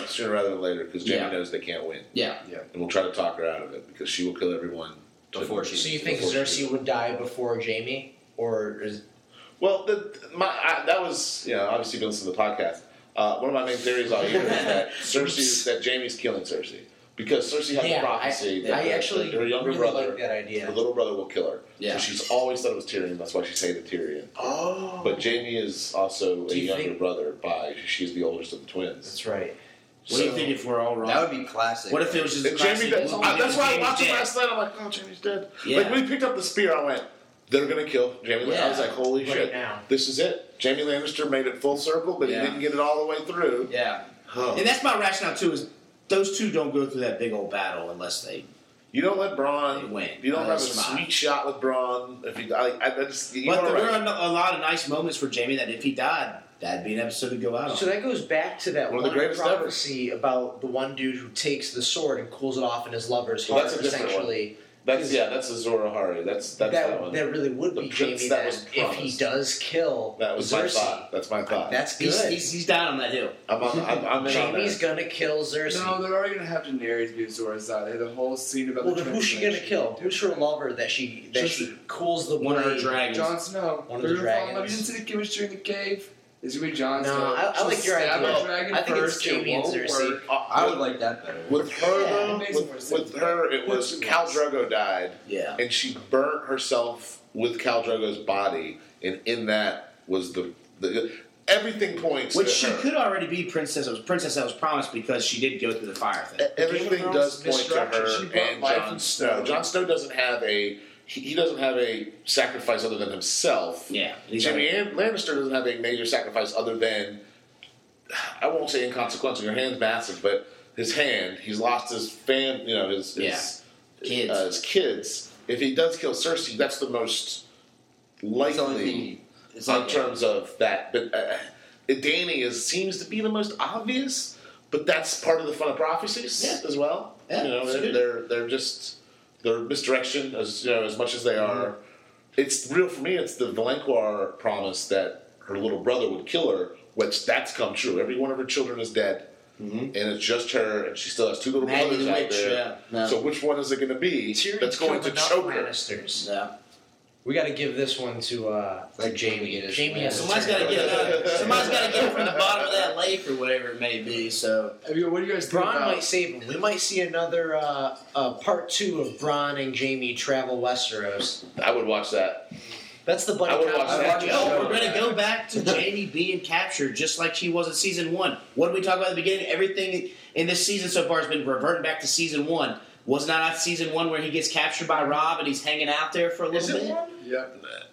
S3: sooner rather than later, because Jamie
S4: Yeah.
S3: knows they can't win,
S4: Yeah.
S3: and we'll try to talk her out of it because she will kill everyone to-
S6: Before she-
S5: so you think
S3: before she-
S5: Cersei would die before Jamie, or is,
S3: Well, the, my I, that was you know obviously been listening to the podcast. Uh, one of my main theories all year is that Cersei is that Jamie's killing Cersei because Cersei had
S5: Yeah,
S3: the prophecy
S5: I-
S3: that
S5: I
S3: the-
S5: actually
S3: that her younger
S5: really
S3: brother,
S5: like that idea.
S3: her little brother, will kill her.
S4: Yeah.
S3: So she's always thought it was Tyrion. That's why she's hated Tyrion.
S5: Oh,
S3: But Jamie is also a
S5: Do you
S3: younger
S5: think-
S3: brother by she's the oldest of the twins.
S5: that's right.
S4: What do you think if we're all wrong?
S6: That would be classic.
S4: what if it was just a
S3: And Jamie,
S4: classic
S3: that's,
S4: look?
S3: I- that's why I
S4: Jamie's
S3: watched it
S4: dead.
S3: last night. I'm like, oh, Jamie's dead.
S4: Yeah.
S3: Like when he picked up the spear, I went, they're gonna kill Jamie. Lan-" I was
S4: Yeah.
S3: like, holy
S5: Right
S3: shit,
S5: now.
S3: this is it. Jamie Lannister made it full circle, but
S4: Yeah.
S3: he didn't get it all the way through.
S4: Yeah.
S3: Huh.
S4: And that's my rationale too. Is those two don't go through that big old battle unless they.
S3: You don't let Braun
S4: They win.
S3: You don't
S4: Let
S3: have a
S4: us survive.
S3: sweet shot with Braun. If you, I, I, I just, you
S4: but
S3: are
S4: there were
S3: right.
S4: a, a lot of nice moments for Jamie that if he died, that'd be an episode to go out on.
S5: So that goes back to that
S3: One
S5: one,
S3: of the greatest ever.
S5: prophecy about the one dude who takes the sword and cools it off in his lover's
S3: Well,
S5: heart.
S3: that's a different one.
S5: essentially,
S3: That's yeah. That's Azora Ahari. That's that's that,
S5: that
S3: one.
S5: that really would
S3: The
S5: be
S3: prince
S5: Jamie.
S3: that
S5: then,
S3: was
S5: if he
S3: promised.
S5: does kill
S3: that was my
S5: Cersei,
S3: thought. That's my thought.
S5: that's good.
S4: he's, he's, he's down on that hill.
S3: I'm, on, I'm, I'm in on
S5: Jamie's
S3: that.
S5: gonna kill Cersei.
S2: No, they're already gonna have to narrate the Azores out. They had the whole scene about
S5: well,
S2: the
S5: then who's she gonna
S2: transformation.
S5: kill? Who's her lover that she that
S2: Just-
S5: she cools the
S4: One of her
S5: blade?
S4: dragons.
S2: Jon Snow.
S5: One of
S2: They're
S5: the
S2: gonna fall in love.
S5: dragons.
S2: You didn't see the chemistry in the cave. It's gonna be Jon
S5: No,
S2: Snow.
S5: I- I
S2: She'll
S5: like your
S2: stab
S5: idea.
S2: A dragon
S5: I think it's
S2: first,
S5: Jaime
S2: it
S5: and
S2: won't
S5: Cersei.
S2: work.
S3: Uh,
S6: I would like that better.
S3: With her,
S5: Yeah,
S3: though,
S2: amazing
S3: with,
S2: words.
S3: with her, it was Cal Drogo died,
S4: Yeah.
S3: and she burnt herself with Cal Drogo's body, and in that was the, the everything points.
S4: Which
S3: to
S4: she
S3: her. E-,
S4: could already be princess. It was princess that was promised because she did go through the fire thing.
S3: everything
S2: Game of
S3: does
S2: Thrones
S3: point to her
S2: misdirection. She brought
S3: and
S2: life
S3: Jon
S2: and
S3: Snow.
S2: snow.
S3: Jon Snow doesn't have a he, he doesn't have a sacrifice other than himself.
S4: Yeah.
S3: Jimmy An- Lannister doesn't have a major sacrifice other than I won't say inconsequential. Your hand's massive, but his hand. He's lost his fam. You know his his,
S4: Kids.
S3: uh, his kids. If he does kill Cersei, that's the most
S6: It's the only
S3: likely
S6: thing. It's
S3: in
S6: like
S3: terms of that. But uh, Danny is seems to be the most obvious. But that's part of the fun of prophecies
S4: Yeah.
S3: as well.
S4: Yeah,
S3: you know,
S4: it's
S3: they're,
S4: good.
S3: they're they're just they're misdirection as you know as much as they
S4: Mm-hmm.
S3: are. It's real for me. It's the Valenquar promise that her little brother would kill her, which that's come true. Every one of her children is dead, and it's just her, and she still has two little
S4: Mm-hmm.
S3: brothers
S4: Maggie the
S3: out
S4: witch,
S3: there.
S4: yeah. No.
S3: So which one is it going to be
S5: Tyrion
S3: that's going to
S5: killed enough
S3: choke her?
S5: Lannisters.
S4: Yeah.
S5: We got to give this one to uh,
S6: Like Jamie
S5: Jamie.
S6: and his
S5: Jamie has
S6: friends.
S4: Somebody's got to get it out. Somebody's got to get it from the bottom of that lake or whatever it may be. So
S2: I mean, what do you guys think
S5: Braun
S2: about?
S5: might save him. We might see another uh, uh, part two of Braun and Jamie travel Westeros.
S3: I would watch that.
S5: That's the buddy
S3: I would
S5: cop.
S3: watch that.
S5: I'd watch
S4: Yo,
S5: it.
S4: Oh, we're gonna go back to Jamie being captured just like she was in season one. What did we talk about at the beginning? Everything in this season so far has been reverting back to season one. Was not that season one where he gets captured by Rob and he's hanging out there for a little bit?
S2: Yeah,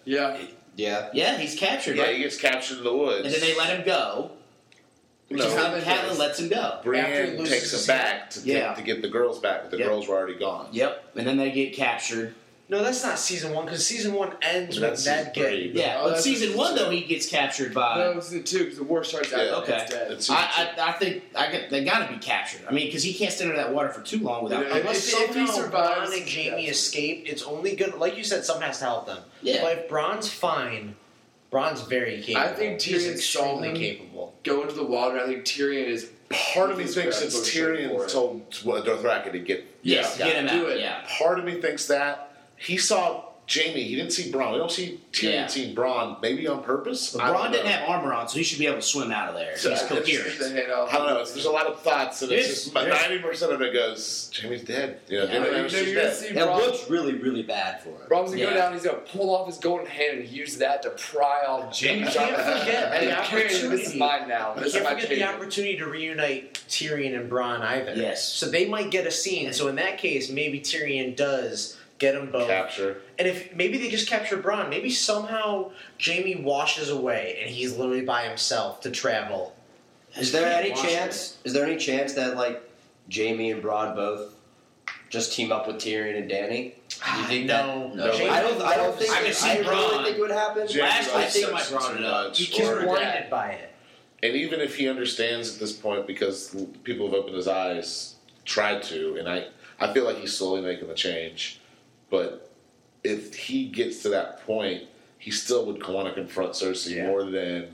S2: yeah.
S6: Yeah.
S4: Yeah, he's captured,
S3: Yeah,
S4: right?
S3: he gets captured in the woods,
S4: And then they let him go.
S3: No.
S4: Which is how
S2: Catelyn
S4: Catelyn
S2: does.
S4: lets him go.
S2: After he
S3: Brienne
S2: loses
S3: takes
S2: his
S3: him back to,
S4: Yeah.
S3: get, to get the girls back, but the
S4: Yep.
S3: girls were already gone.
S4: Yep. And then they get captured.
S5: No, that's not season one because season one ends
S3: That's
S5: with Ned
S3: season three.
S5: getting.
S4: Yeah.
S2: Oh,
S4: but
S2: that's
S4: season
S2: season
S4: one
S2: two.
S4: though he gets captured
S5: Uh,
S4: by
S2: No, it's the two because the war starts out.
S3: Yeah.
S2: and it's
S4: Okay.
S2: dead.
S3: It's-
S4: I, I, I think I got, they got to be captured. I mean, because he can't stand under that water for too long without.
S2: Yeah.
S5: Unless
S2: If- if he
S5: somehow
S2: survives,
S5: Bronn and Jamie
S2: yeah.
S5: escape, it's only good. Like you said, someone has to help them.
S4: Yeah.
S5: But if Bronn's fine, Bronn's very capable.
S2: I think
S5: he's
S2: Tyrion sold
S5: extremely
S2: him.
S5: capable.
S2: Go into the water. I think Tyrion is.
S3: Part of me
S2: he's
S3: thinks
S2: gonna
S3: it's
S2: push her for
S3: Tyrion
S2: it.
S3: told Dothraki to get.
S4: yes,
S3: Yeah.
S4: get him
S2: do
S4: out.
S2: it.
S4: Yeah,
S3: Part of me thinks that he saw Jamie. He didn't see Braun. We don't see Tyrion
S4: Yeah.
S3: seeing Braun. Maybe on purpose.
S4: but
S3: I don't
S4: Braun didn't
S3: know.
S4: have armor on, so he should be able to swim out of there.
S3: So
S4: He's
S3: I-
S2: Just the
S4: coherent.
S2: head off.
S3: I don't know. It's, there's a lot of thoughts, and it's
S4: Yes,
S3: just
S4: yes.
S3: ninety percent of it goes. Jamie's dead. You know,
S4: Yeah.
S2: You
S3: Jamie
S2: know,
S3: knows
S2: you're
S3: she's
S2: gonna
S3: dead.
S2: see
S6: It
S2: Bronn
S6: looks really, really bad for him.
S2: Brom's gonna
S4: Yeah.
S2: go down. He's gonna pull off his golden hand and use that to pry off
S5: You
S2: James.
S5: can't forget
S2: and
S5: the
S2: I'm carrying- This is
S5: opportunity.
S2: mine now.
S5: You
S2: This is
S5: can't
S2: my
S5: forget the
S2: favorite.
S5: opportunity to reunite Tyrion and Bronn either.
S4: Yes.
S5: So they might get a scene. So in that case, maybe Tyrion does get them both.
S3: Capture.
S5: And if maybe they just capture Bronn, maybe somehow Jamie washes away and he's literally by himself to travel.
S6: Is there any
S5: Watch it.
S6: chance? Is there any chance that like Jamie and Braun both just team up with Tyrion and Danny? You think
S5: Ah, no,
S6: that?
S4: No.
S5: Jamie
S6: I don't. I don't think.
S4: I can see
S6: I really
S4: Bronn.
S6: think it would happen.
S3: Jamie
S4: Last I
S3: likes
S4: think
S3: sex
S4: my Braun
S3: too
S4: did not.
S3: much,
S5: He gets
S3: Uh, or-
S5: blinded by it.
S3: And even if he understands at this point, because people have opened his eyes, tried to, and I, I feel like he's slowly making the change. But if he gets to that point, he still would want to confront Cersei
S5: Yeah.
S3: more than,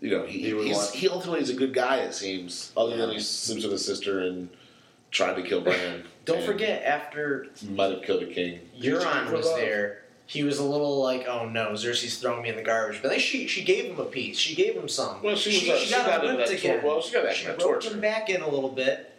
S3: you know, he
S6: He would
S3: he's,
S6: want-
S3: he ultimately is a good guy. It seems, other than he sleeps with his sister and tried to kill Bran.
S5: Don't
S3: and
S5: forget, after
S3: might have killed a king.
S5: Euron was there, he was a little like, "Oh no, Xerxes throwing me in the garbage." But then she she gave him a piece. She gave him some.
S3: Well, she was
S5: she,
S3: like- she got
S5: got
S3: into
S5: him whipped
S3: that tor-
S5: again.
S3: well, she got that
S5: she
S3: kind of
S5: roped
S3: torture.
S5: him back in a little bit.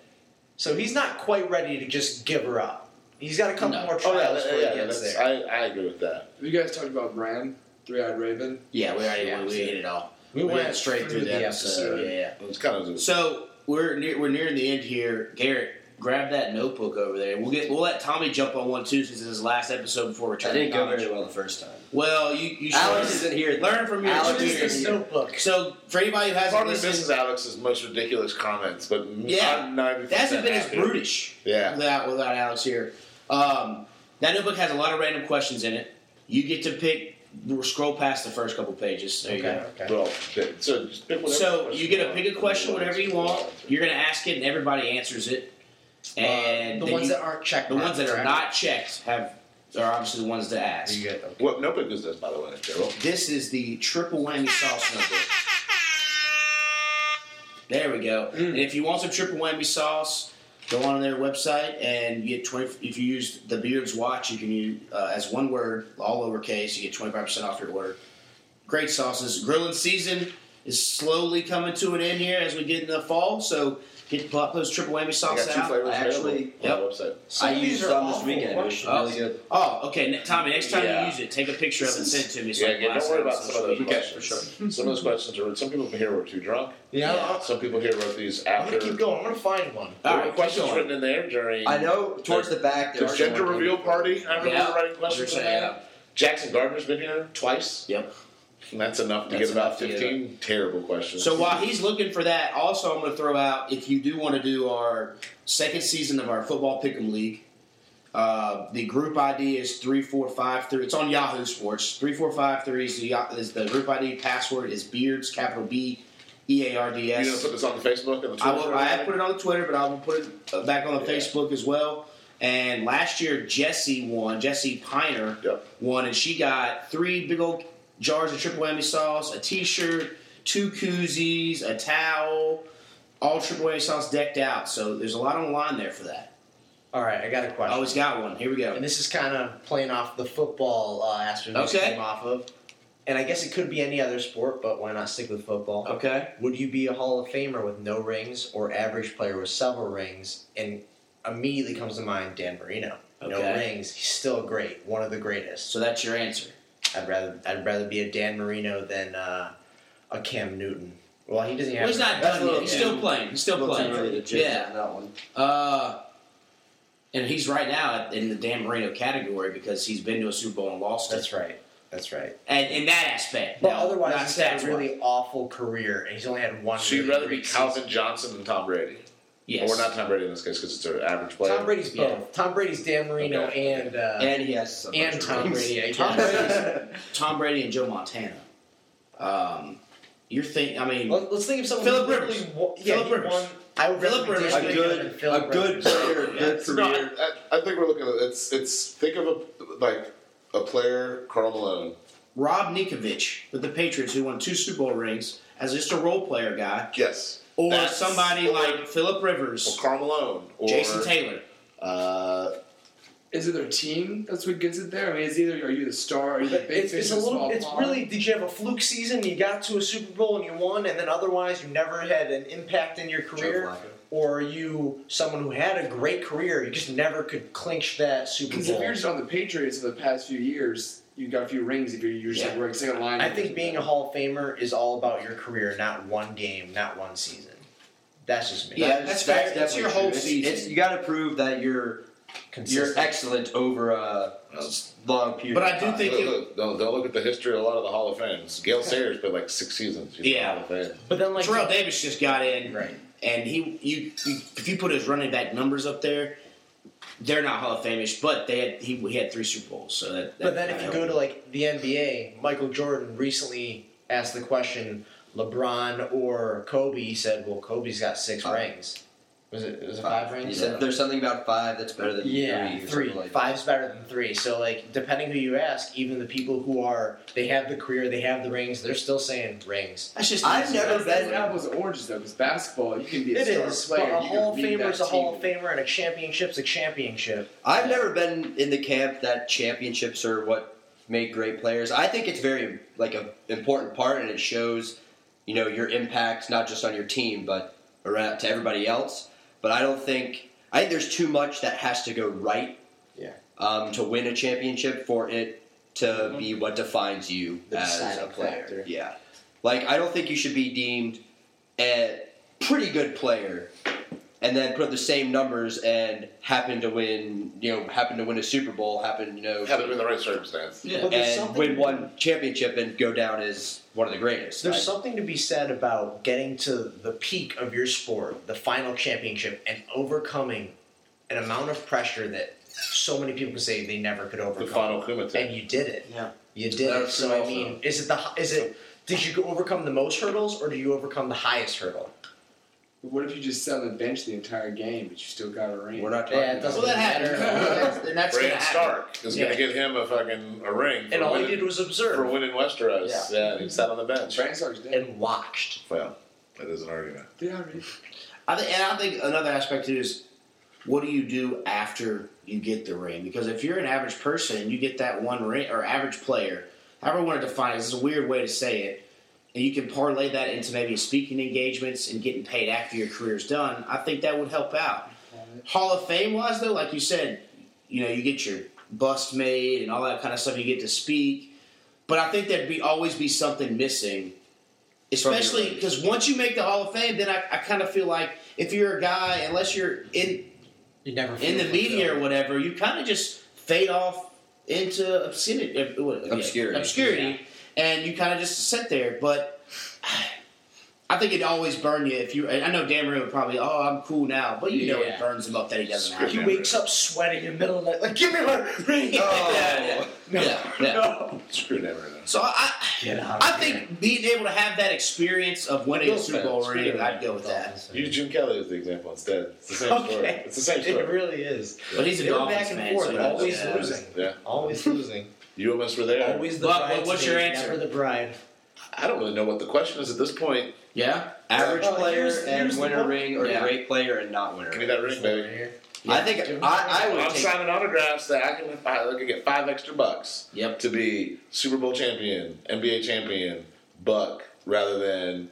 S5: So he's not quite ready to just give her up. He's got a couple
S6: No.
S5: more
S3: Oh,
S5: trials
S3: yeah,
S5: before
S3: yeah, yeah,
S5: he gets
S3: that's-
S5: there.
S3: I, I agree with that.
S2: Have you guys talked about Bran, Three Eyed Raven?
S8: Yeah, we already
S5: Yeah.
S8: we, we hit it all.
S5: we went
S8: straight through
S5: through
S8: the
S5: the
S8: episode.
S5: episode.
S8: Yeah, yeah.
S3: It's kind of
S4: So we're near, we're nearing the end here. Garrett, grab that notebook over there. We'll get we'll let Tommy jump on one too since it's his last episode before
S6: I
S4: return.
S6: didn't
S4: to
S6: go
S4: college.
S6: very well the first time.
S4: Well, you you should
S6: Alex isn't here.
S4: learn from your
S6: Alex
S5: Here's
S6: is
S5: this
S4: experience.
S6: here.
S5: notebook.
S4: So for anybody who hasn't
S3: Partly
S4: listened,
S3: Mrs. Alex's most ridiculous comments, but
S4: Yeah.
S3: I'm 90%
S4: that hasn't been as
S3: happy.
S4: brutish
S3: Yeah.
S4: without without Alex here. Um, that notebook has a lot of random questions in it. You get to pick. We'll scroll past the first couple pages. There you go.
S5: okay.
S3: Well, so just pick whatever
S4: So
S3: question
S4: you get to
S3: want.
S4: pick a question, whatever you want. You're going to ask it, and everybody answers it. And
S5: Uh, the
S4: then
S5: ones
S4: you-
S5: that aren't checked.
S4: the ones that are
S5: marked,
S4: not checked have are obviously the ones to
S5: right?
S4: ask.
S5: You get- okay.
S3: What notebook is this, by the way, Gerald?
S4: This is the triple whammy sauce notebook. There we go.
S5: Mm.
S4: And if you want some triple whammy sauce, go on their website and you get twenty. If you use the Beards Watch, you can use uh, as one word, all lowercase. You get twenty five percent off your order. Great sauces. Grilling season is slowly coming to an end here as we get in the fall. So get plop those triple whammy
S3: I got
S4: sauce
S3: two
S4: out.
S3: flavors
S6: I actually-
S3: available on the website.
S5: Some
S6: I
S5: of these
S6: used
S5: are
S6: some this
S5: awful
S6: weekend. It was
S5: questions.
S6: really good.
S4: Oh, okay, ne- Tommy. Next time
S6: Yeah.
S4: you use it, take a picture of it and send it to me. So
S3: Yeah,
S4: I can
S3: again, don't
S4: blast
S3: worry
S4: it on
S3: about some of
S4: social
S3: those
S4: media.
S3: questions. Some of those questions are. Some people here were too drunk.
S5: Yeah, I'll-
S3: Some people here wrote these
S5: I'm
S3: after.
S5: gonna keep going. I'm gonna find one.
S3: There
S4: All
S3: were
S4: right,
S3: questions
S4: keep going.
S3: written in there during
S6: I know towards the back there
S3: the
S6: are
S3: gender
S6: some-
S3: reveal party. I remember
S4: Yeah.
S3: writing questions in
S4: Yeah.
S3: there. Jackson Gardner's been here twice.
S4: Yep.
S3: And that's enough to
S6: That's
S3: get about
S6: enough to get
S3: fifteen terrible questions.
S4: So while he's looking for that, also I'm going to throw out if you do want to do our second season of our football pick'em league. Uh, the group ID is three four five three. It's on Yahoo Sports. Three four five three is the, Yah- is the group ID. Password is Beards capital B E A R D
S3: you gonna
S4: S.
S3: put this on the Facebook and the Twitter?
S4: I will. I have put it on Twitter, but I will put it uh, back on the
S3: Yeah.
S4: Facebook as well. And last year Jesse won. Jesse Piner
S3: Yep.
S4: won, and she got three big old jars of triple whammy sauce, a T-shirt, two koozies, a towel, all triple whammy sauce decked out. So there's a lot on the line there for that.
S5: All right, I got a
S4: I
S5: question.
S4: always got one. Here we
S5: and
S4: go.
S5: this is kind of playing off the football uh, aspect this
S4: Okay.
S5: came off of. And I guess it could be any other sport, but why not stick with football?
S4: Okay.
S5: Would you be a Hall of Famer with no rings or average player with several rings? And immediately comes to mind Dan Marino. No
S4: Okay.
S5: rings, he's still great, one of the greatest.
S4: So that's your answer.
S5: I'd rather I'd rather be a Dan Marino than uh, a Cam Newton. Well, he doesn't have.
S4: Well, he's not done
S5: That's a
S4: yet.
S5: little-
S4: He's
S5: yeah.
S4: still playing. He's still
S6: Little too early
S4: playing.
S6: to judge
S4: Yeah.
S6: on that one.
S4: Uh, and he's right now in the Dan Marino category because he's been to a Super Bowl and lost it.
S5: That's right. That's right.
S4: And in that aspect,
S5: But
S4: no,
S5: otherwise,
S4: not
S5: he's had
S4: stats
S5: a really awful career, and he's only had one.
S3: So you'd
S5: really
S3: rather be
S5: great
S3: Calvin Johnson than Tom Brady?
S4: Yes.
S3: Or not Tom Brady in this case because it's an average
S5: season.
S3: player.
S5: Tom Brady's both.
S4: Yeah.
S5: Tom Brady's Dan Marino
S3: Okay.
S5: and uh, and,
S6: And he has some bunch of
S5: Tom
S6: rings.
S5: Brady. I
S4: Tom
S5: guess.
S4: Tom Brady and Joe Montana. Um, you're thinking. I mean,
S5: Let- Let's think of someone.
S4: Phillip
S5: who really
S4: Rivers.
S5: wa- yeah,
S4: Phillip
S5: he
S4: Rivers.
S5: won- I would
S4: Phillip
S5: rather be
S4: Rivers.
S5: Dan
S6: A
S5: Marino
S6: good,
S5: than Phillip
S6: a good
S5: Rivers.
S6: player, good
S3: No, I,
S6: career.
S3: I, I think we're looking at it's it's think of a like a player Carl Malone.
S4: Rob Nikovich with the Patriots, who won two Super Bowl rings, as just a role player guy,
S3: Yes.
S4: or
S3: That's-
S4: somebody
S3: or-
S4: like Philip
S3: Or
S4: Rivers,
S3: Carl Malone. Or,
S4: Jason Taylor.
S3: Uh,
S2: Is it their team that's what gets it there? I mean, it's either are you the star, are you the
S5: But
S2: big
S5: It's,
S2: fish
S5: it's a
S2: in
S5: little.
S2: small
S5: It's
S2: pond?
S5: really. Did you have a fluke season? You got to a Super Bowl and you won, and then otherwise you never had an impact in your
S6: Joe
S5: career.
S6: Flacco.
S5: Or are you someone who had a great career, you just never could clinch that Super
S2: Because if
S5: Bowl?
S2: you're just on the Patriots for the past few years, you've got a few rings. If you're, you're just like,
S4: Yeah.
S2: we're second line,
S5: I think being a Hall of Famer is all about your career, not one game, not one season. That's just me.
S4: Yeah,
S6: That is-
S4: that's fair. That's
S6: definitely
S4: your whole
S6: true. It's-
S4: season.
S6: It's, you got to prove that you're you're
S5: Consistent.
S6: excellent over a long period.
S4: But I
S6: of
S4: do
S6: time.
S4: think-
S3: look, look, don't, don't look at the history of a lot of the Hall of Fames. Gail Sayers played like six seasons. She's in the
S4: Yeah.
S3: Hall of Fame.
S5: but then like
S4: Terrell Davis just got in,
S5: Right.
S4: and he, you, you, if you put his running back numbers up there, they're not Hall of Fameish, but they had he, he had three Super Bowls. So that, that
S5: But then if you go to like the NBA, Michael Jordan recently asked the question LeBron or Kobe. He said, "Well, Kobe's got six
S6: Five.
S5: rings. Was it was it five
S6: You
S5: rings?
S6: said there's something about five that's better than
S5: yeah,
S6: three. or
S5: three.
S6: something Like that.
S5: Five's better than three. So like, depending who you ask, even the people who are they have the career, they have the rings, they're still saying rings.
S4: that's just
S6: I've never
S2: That's, that's
S6: been.
S2: apples and oranges though, because basketball, you can be a
S5: It
S2: star
S5: is, but
S2: player.
S5: a
S2: you can
S5: Hall of
S2: lead
S5: Famer
S2: that
S5: is a Hall of
S2: team.
S5: Famer, and a championship's a championship.
S6: I've never been in the camp that championships are what make great players. I think it's very like a important part, and it shows you know your impact not just on your team but around to everybody else. But I don't think I think there's too much that has to go right
S5: Yeah.
S6: um, to win a championship for it to be what defines you
S5: Mm-hmm. The
S6: as a
S5: deciding
S6: player.
S5: factor.
S6: Yeah, like I don't think you should be deemed a pretty good player and then put up the same numbers and happen to win. You know, happen to win a Super Bowl. Happen, you know,
S3: Have it in the right circumstance.
S5: But there's
S6: and
S5: something-
S6: win one championship and go down as one of the greatest.
S5: There's
S6: I-
S5: something to be said about getting to the peak of your sport, the final championship, and overcoming an amount of pressure that so many people can say they never could
S3: The
S5: overcome.
S3: final kumite.
S5: and you did it.
S4: Yeah.
S5: You did it.
S3: That's
S5: So
S3: true
S5: I mean,
S3: also.
S5: is it the hi- is it did you overcome the most hurdles or did you overcome the highest hurdle?
S2: But what if you just sat on the bench the entire game, but you still got a ring?
S6: We're not talking.
S5: Yeah, it
S6: about
S5: doesn't-
S4: Well, that happens. That's- and that's
S3: Brad
S4: gonna happen.
S3: Stark is going to get him a fucking a ring. For
S5: And all
S3: winning,
S5: he did was
S3: for
S5: observe
S3: winning Westeros. Yeah, and he sat on the bench.
S2: Brian Stark's dead.
S5: and watched.
S3: Well, that is an argument.
S2: Yeah, I mean,
S4: I think, and I think another aspect too is what do you do after you get the ring? Because if you're an average person, you get that one ring or average player, however you want to define it, this is a weird way to say it, and you can parlay that into maybe speaking engagements and getting paid after your career's done. I think that would help out. Hall of Fame wise, though, like you said, you know, you get your bust made and all that kind of stuff. You get to speak, but I think there'd be always be something missing especially because once you make the Hall of Fame, then I, I kind of feel like if you're a guy, unless you're in
S5: You never
S4: in the
S5: feel
S4: media or
S5: fulfilled.
S4: whatever, you kind of just fade off into obscenity, uh, what- yeah,
S6: Obscurity.
S4: obscurity, and you kind of just sit there. But I think it always burn you if you. and I know Dan Marino would probably, oh, I'm cool now, but you know it
S5: Yeah.
S4: burns him up that he doesn't have.
S5: He
S4: it.
S3: Screw
S5: wakes up sweating in the middle of the night, like, give me my
S4: Yeah,
S5: ring.
S4: yeah.
S6: Yeah, yeah.
S5: No.
S3: Screw that right now.
S4: So I,
S5: Get out.
S4: I think being able to have that experience of winning a
S3: Bills
S4: Super
S3: fans,
S4: Bowl
S3: screw
S4: ring,
S3: that.
S4: I'd go with that.
S3: Use Jim Kelly as the example instead. It's the same story.
S5: Okay.
S3: It's the same story.
S5: It really is.
S4: But he's a
S5: They were
S4: Dolphins
S5: back and
S4: fan,
S5: forth,
S4: so he
S5: always
S4: doesn't-
S5: losing.
S3: yeah,
S5: Always losing.
S3: you almost were there.
S5: Always the
S4: But
S5: bride.
S4: what's your answer?
S5: Never the bride.
S3: I don't really know what the question is at this point.
S4: Yeah,
S6: average
S5: Oh,
S6: player
S5: here's- here's
S6: and win
S5: the-
S6: a ring, or
S4: Yeah.
S6: great player and not win a
S3: Give me
S6: ring.
S3: that ring, baby.
S6: I think I, I would
S3: I'm
S6: take.
S3: signing autographs that I can, I can get five extra bucks
S4: Yep.
S3: to be Super Bowl champion, NBA champion, buck, rather than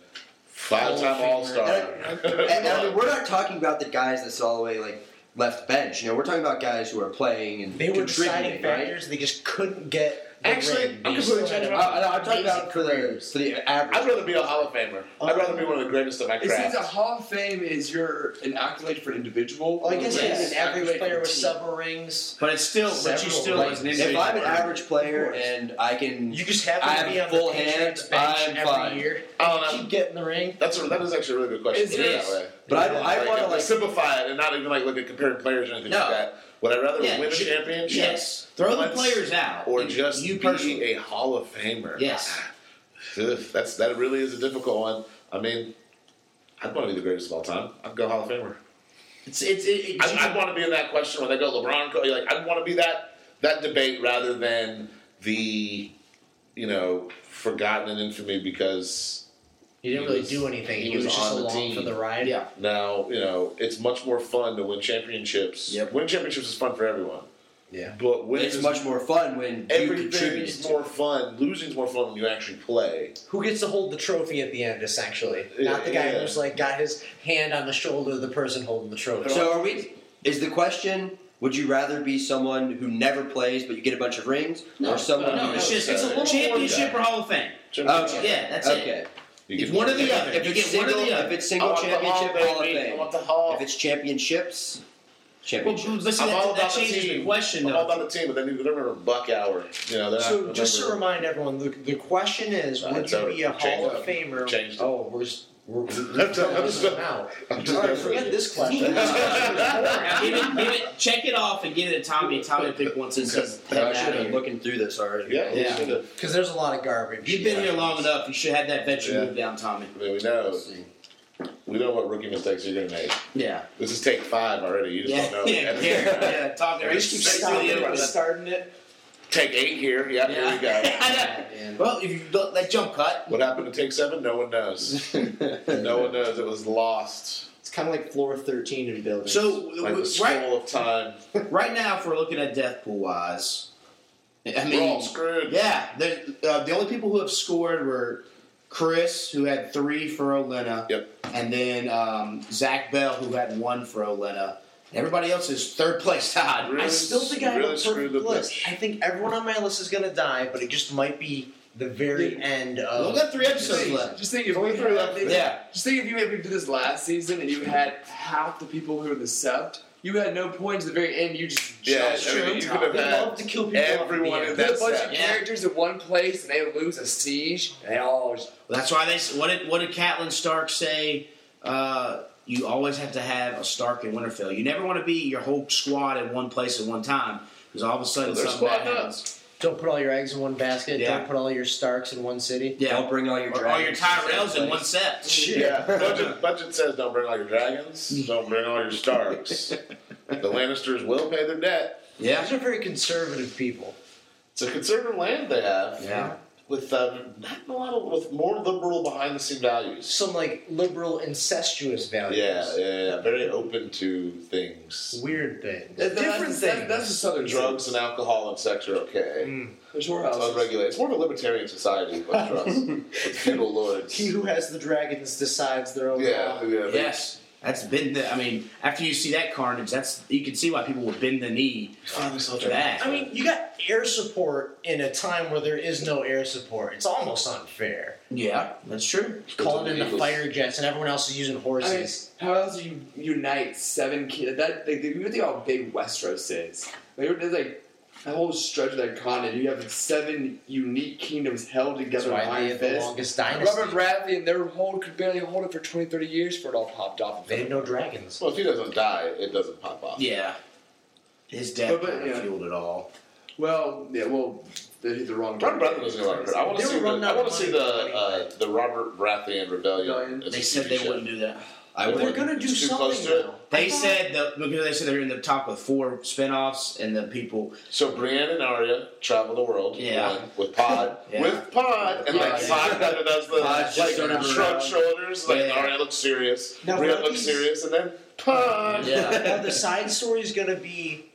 S3: five time All Star.
S6: And, and I mean, we're not talking about the guys that's all the way like left bench. You know, we're talking about guys who are playing and
S5: They were
S6: contributing,
S5: deciding
S6: right?
S5: factors. They just couldn't get. The
S3: Actually,
S5: ring.
S3: I'm
S5: They
S3: completely
S5: still had
S3: changing
S5: a-
S3: my
S6: Uh, no, I'm talking about for the, for the average.
S3: I'd rather be a Hall of Famer. I'd rather be one of the greatest of my
S2: it seems
S3: craft.
S2: a Hall of Fame is your an accolade for individual.
S5: Well, I guess
S2: but
S5: yeah,
S2: it's
S5: an
S2: an
S5: average
S2: accolade
S5: player
S2: for
S5: with
S2: team.
S5: several rings.
S4: But it's still, but you
S5: Several
S4: still
S5: rings.
S4: as an
S6: if
S4: individual.
S6: I'm an average player
S5: Of course.
S6: and I can,
S5: You just have
S6: I
S5: to
S6: have
S5: be on
S6: full
S5: the Patriots
S6: hands,
S5: bench
S6: I'm
S5: every
S6: fine.
S5: year.
S3: Oh, no.
S5: Keep getting the ring.
S3: That's a, that is actually a really good question.
S2: It
S3: Put it
S2: is.
S3: that way.
S6: but I, I want to
S3: like,
S6: like.
S3: simplify it and not even like look at comparing players or anything
S4: No.
S3: like that. Would I rather
S4: Yeah,
S3: win a
S4: ju-
S3: championship?
S4: yes, throw the
S3: Let's-
S4: players out,
S3: or
S4: and
S3: just
S4: you
S3: be
S4: personally.
S3: a Hall of Famer.
S4: Yes.
S3: Ugh, that's that really is a difficult one. I mean, I'd want to be the greatest of all time. I'd go Hall of Famer.
S4: It's it's it, it-
S3: I, I'd want to be in that question when they go LeBron. Kobe, Like I'd want to be that that debate rather than the you know forgotten and infamy because
S5: He didn't
S3: He
S5: really
S3: was-
S5: do anything.
S3: he
S5: He was
S3: was
S5: just
S3: on the
S5: along for
S3: team.
S5: the ride.
S4: yeah.
S3: now you know it's much more fun to win championships.
S4: Yep.
S3: Winning championships is fun for everyone.
S5: Yeah.
S3: But winning
S6: It's
S3: is
S6: much more fun when you contribute.
S3: everything's more fun. Losing's more fun when you actually play.
S5: Who gets to hold the trophy at the end, essentially? Not the guy
S3: Yeah.
S5: who's like got his hand on the shoulder of the person holding the trophy.
S6: So are we? Is the question? Would you rather be someone who never plays but you get a bunch of rings, or someone?
S4: No,
S6: who
S4: it's just
S3: it's
S4: it's
S3: a
S4: a
S3: little
S4: championship or Hall of Fame.
S6: Okay.
S4: Yeah, that's it.
S6: okay.
S3: You
S4: It's
S3: get-
S4: one or the
S6: If-
S4: other.
S6: If
S4: you
S6: Uh, it's
S4: get one
S6: single,
S4: or the
S6: if
S4: other.
S6: it's single
S3: I want the
S6: championship,
S3: Hall,
S6: Hall of
S3: baby. I
S6: Fame.
S3: want the Hall.
S6: If it's championships,
S4: Well,
S6: championships.
S4: but see,
S3: I'm
S4: that,
S3: all
S4: that
S3: about the
S4: changes
S3: team.
S4: the question
S3: I'm
S4: though.
S3: all about the team, but then you remember Buck Hour. You know, they're not
S5: So
S3: gonna
S5: just to
S3: remember-
S5: remind everyone, the, the question is,
S3: Uh,
S5: would
S3: it's
S5: you
S3: over.
S5: be a
S3: Changed
S5: Hall of
S3: it.
S5: Famer?
S3: Changed it.
S5: Oh, we're just we're, we're
S3: That's-
S5: throwing
S3: that's-
S5: this one out.
S3: I'm just
S5: All
S3: gonna
S5: right, forget this question.
S4: Now, give it, give it, check it off and give it to Tommy. Tommy pick one since he's heading
S6: I should
S4: out
S6: have
S4: of
S6: been
S4: here.
S6: looking through this already.
S3: Yeah, we
S4: Yeah.
S3: should have-
S5: Because there's a lot of garbage.
S4: You've been here long enough. You should have that veteran
S3: Yeah.
S4: move down, Tommy.
S3: I mean, we
S6: Let's
S3: know
S6: see.
S3: we know what rookie mistakes you're gonna make.
S4: Yeah.
S3: This is take five already. You just
S4: Yeah.
S3: don't know.
S4: Yeah. Yeah. yeah. Talking.
S3: Just keep stopping it.
S5: starting it.
S3: Take eight here. Yeah, here we go.
S4: Well, if you don't- that jump cut,
S3: What happened to take seven? No one knows. no one knows. It was lost.
S5: It's kind of like floor 13 in buildings.
S4: so
S3: Like the
S4: right
S3: scroll of time.
S4: Right now, if we're looking at death pool wise, I mean,
S3: We're all screwed.
S4: Yeah, the, uh, the only people who have scored were Chris, who had three for Olena,
S3: Yep.
S4: and then um, Zach Bell, who had one for Olena. Everybody else is third place. Todd.
S3: Really
S5: I still think
S3: s-
S5: I have
S3: really
S5: a
S3: screwed
S5: perfect
S3: the
S5: list.
S3: bitch.
S5: I think everyone on my list is gonna die, but it just might be the very end
S4: We
S5: of.
S4: only got three
S2: Just
S4: episodes
S2: think,
S4: left.
S2: just think if we threw up.
S4: Yeah.
S2: Just think if you had me do this last season and you had half the people who were the sub, you had no points at the very end. You just
S3: Yeah,
S2: jumped
S3: I mean,
S2: straight
S3: you
S2: on
S3: could
S2: top.
S3: have
S5: I love to kill people. off at the
S3: everyone
S5: end.
S3: in
S2: Put a
S3: that
S2: bunch
S3: set.
S2: of
S4: Yeah.
S2: characters in one place and they lose a siege. And they all just,
S4: Well, that's why they. s- What did what did Catelyn Stark say? Uh, you always have to have a Stark in Winterfell. You never want to be your whole squad at one place at one time because all of a sudden
S3: Well, their
S4: something bad
S3: squad
S4: happens.
S5: Don't put all your eggs in one basket.
S4: Yeah.
S5: Don't put all your Starks in one city.
S4: Yeah,
S6: Don't bring all your
S4: or all your
S6: dragons to the
S4: Tyrells
S6: same
S4: in one
S6: place.
S4: set.
S3: Yeah, budget, budget says don't bring all your dragons, don't bring all your Starks. the Lannisters will pay their debt.
S4: Yeah,
S5: These are very conservative people.
S3: It's a conservative land they have.
S4: Yeah.
S3: With um, not a lot of with more liberal behind the scenes values.
S5: Some like liberal incestuous values.
S3: Yeah, yeah, yeah. Very open to things.
S5: Weird things.
S2: That- that's-
S5: Different
S2: that's-
S5: things.
S2: That's the southern
S3: Drugs and alcohol and sex are okay. It's
S2: There's
S3: unregulated. It's more of a libertarian society with drugs, with feudal lords.
S5: He who has the dragons decides their own
S3: Yeah,
S5: law.
S3: yeah.
S4: yes, that's been the. I mean, after you see that carnage, that's you can see why people would bend the knee
S3: Finally saw
S4: for that.
S5: I mean, you got air support in a time where there is no air support. It's almost unfair.
S4: yeah, that's true.
S5: Calling in the
S3: Eagles.
S5: fire jets and everyone else is using
S2: I mean,
S5: horses.
S2: how else do you unite seven kids? That like, you think how big Westeros is. Like, there's like a whole stretch of that continent. You have seven unique kingdoms held
S5: That's
S2: together
S5: why
S2: by
S5: they
S2: a
S5: had the
S2: fist.
S5: longest dynasty.
S2: Robert Bradley and their whole could barely hold it for 20, 30 years for it all popped off.
S5: They didn't know dragons.
S3: Well, if he doesn't die, it doesn't pop off.
S4: Yeah, his death
S2: But- but,
S4: kind of
S2: yeah.
S4: fueled it all.
S2: Well, yeah, well, they hit the wrong.
S3: Robert Brathian doesn't get a lot of credit. I want
S5: They
S3: to
S5: were
S3: see the,
S5: running
S3: I
S5: out
S3: want
S5: of
S3: to see
S5: money.
S3: the uh, the Robert Brathian rebellion.
S2: Rebellion.
S3: as a
S4: They said
S3: TV
S4: they
S3: show.
S4: wouldn't do that.
S6: I
S5: But they're
S6: would.
S5: gonna do
S3: It's too close
S5: something
S3: to it.
S5: though.
S4: They said the because they said they're in the top of four spinoffs and the people.
S3: So Brienne and Arya travel the world.
S4: Yeah.
S3: one, with Pod,
S4: Yeah.
S3: with Pod, and like
S2: Yeah.
S3: Pod kind of does the
S2: Pod's
S3: like
S2: just sort of
S3: shrug
S2: around.
S3: shoulders, like
S4: Yeah.
S3: Arya looks serious,
S5: Now,
S3: Brienne looks
S5: Rocky's-
S3: serious, and then Pod.
S6: Yeah.
S5: Now, the side story is going to be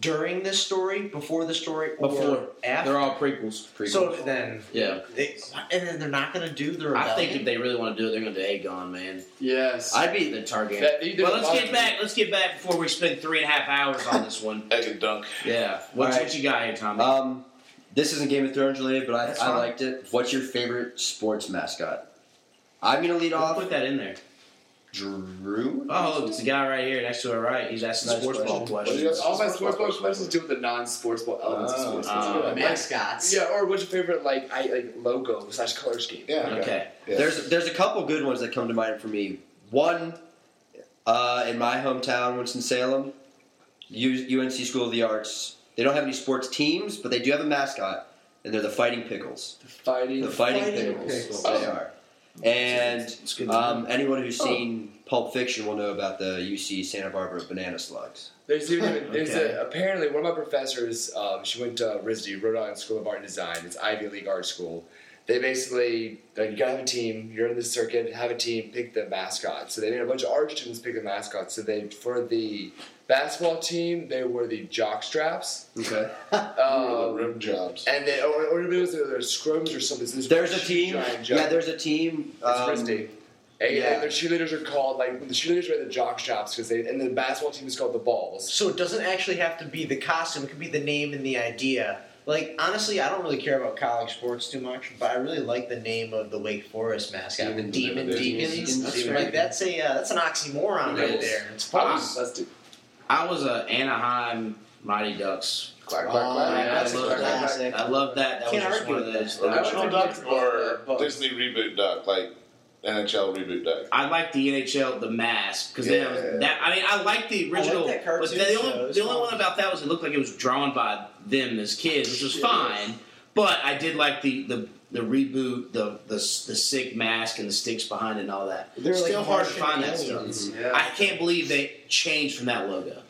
S5: during this story, before the story, or
S4: Before.
S5: after.
S4: They're all prequels.
S5: so then,
S4: Yeah,
S5: they, and then they're not going to do the rebellion.
S4: I think if they really want to do it, they're going to do Aegon, man.
S2: Yes.
S4: I'd be the Targaryen.
S2: That- you did
S4: well, let's
S2: a lot
S4: get
S2: of-
S4: back. Let's get back before we spend three and a half hours on this one.
S3: Egg and dunk.
S4: Yeah, what,
S6: All right.
S4: what you got here, Tommy?
S6: Um, this isn't Game of Thrones related, but
S4: That's
S6: I, I
S4: fine.
S6: liked it. What's your favorite sports mascot? I'm gonna lead
S4: I'll
S6: off
S4: put that in there.
S6: Drew.
S4: Oh, look, it's the guy right here next to her. Right, he's asking
S6: Nice
S4: sports ball
S6: question.
S2: Well,
S4: questions.
S2: you guys- all my sports book questions do with the non-sports book elements
S6: Oh.
S2: of sports.
S4: Oh,
S5: Ah,
S2: books. Like,
S5: mascots.
S2: yeah, or what's your favorite like I like logo slash color scheme?
S3: Yeah.
S4: Okay,
S3: Yeah.
S6: There's there's a couple good ones that come to mind for me. One, uh, in my hometown, Winston Salem, UNC School of the Arts. They don't have any sports teams, but they do have a mascot, and they're the Fighting Pickles.
S2: Fighting.
S6: The Fighting,
S2: Fighting
S6: Pickles.
S2: Pickles.
S6: They are. And
S4: it's good. to know.
S6: um, anyone who's seen Pulp Fiction will know about the UC Santa Barbara banana slugs.
S2: There's even there's
S4: Okay.
S2: a, apparently one of my professors. Um, she went to RISD, Rhode Island School of Art and Design. It's Ivy League art school. They basically like you gotta have a team. You're in the circuit. Have a team. Pick the mascot. So they made a bunch of art students pick the mascot. So they for the basketball team they were the jock straps.
S6: Okay.
S3: Oh,
S2: Um,
S3: rim jobs.
S2: and they or, or maybe it was their scrums or something. So this
S6: There's a
S2: huge
S6: team.
S2: giant jock.
S6: Yeah, there's a team.
S2: It's
S6: um,
S2: RISD. And,
S6: yeah.
S2: and their cheerleaders are called like the cheerleaders are the jock straps because they and the basketball team is called the balls.
S5: So it doesn't actually have to be the costume. It could be the name and the idea. Like honestly, I don't really care about college sports too much, but I really like the name of the Wake Forest mascot, the Demon
S6: Demon Deacons.
S5: Deacons.
S6: That's
S5: Like
S6: right.
S5: that's a uh, that's an oxymoron
S6: It
S5: right
S6: is.
S5: there. It's
S2: I
S5: fun.
S2: was- that's the-
S4: I was a Anaheim Mighty Ducks.
S2: Quack,
S5: Oh, that's
S4: I
S5: a
S4: love
S5: classic.
S4: that. I love that. That
S5: Can't
S4: was just
S5: argue
S4: one of
S5: with
S4: those.
S5: that.
S4: that was-
S3: Original
S2: would
S3: duck
S2: think-
S3: or
S2: Bucks.
S3: Disney reboot duck, like NHL reboot duck.
S4: I like the NHL, the mask, because
S3: Yeah.
S4: that. I mean, I like the
S5: I like
S4: original, but
S5: that cartoon
S4: the
S5: show. It
S4: only
S5: was
S4: the only
S5: fun.
S4: one about that was it looked like it was drawn by them as kids, which was fine. But I did like the the, the reboot, the, the the sick mask and the sticks behind it and all that.
S5: They're
S4: Still
S5: like
S4: hard to
S5: Martian
S4: find that stuff.
S5: aliens.
S4: I can't believe they changed from that logo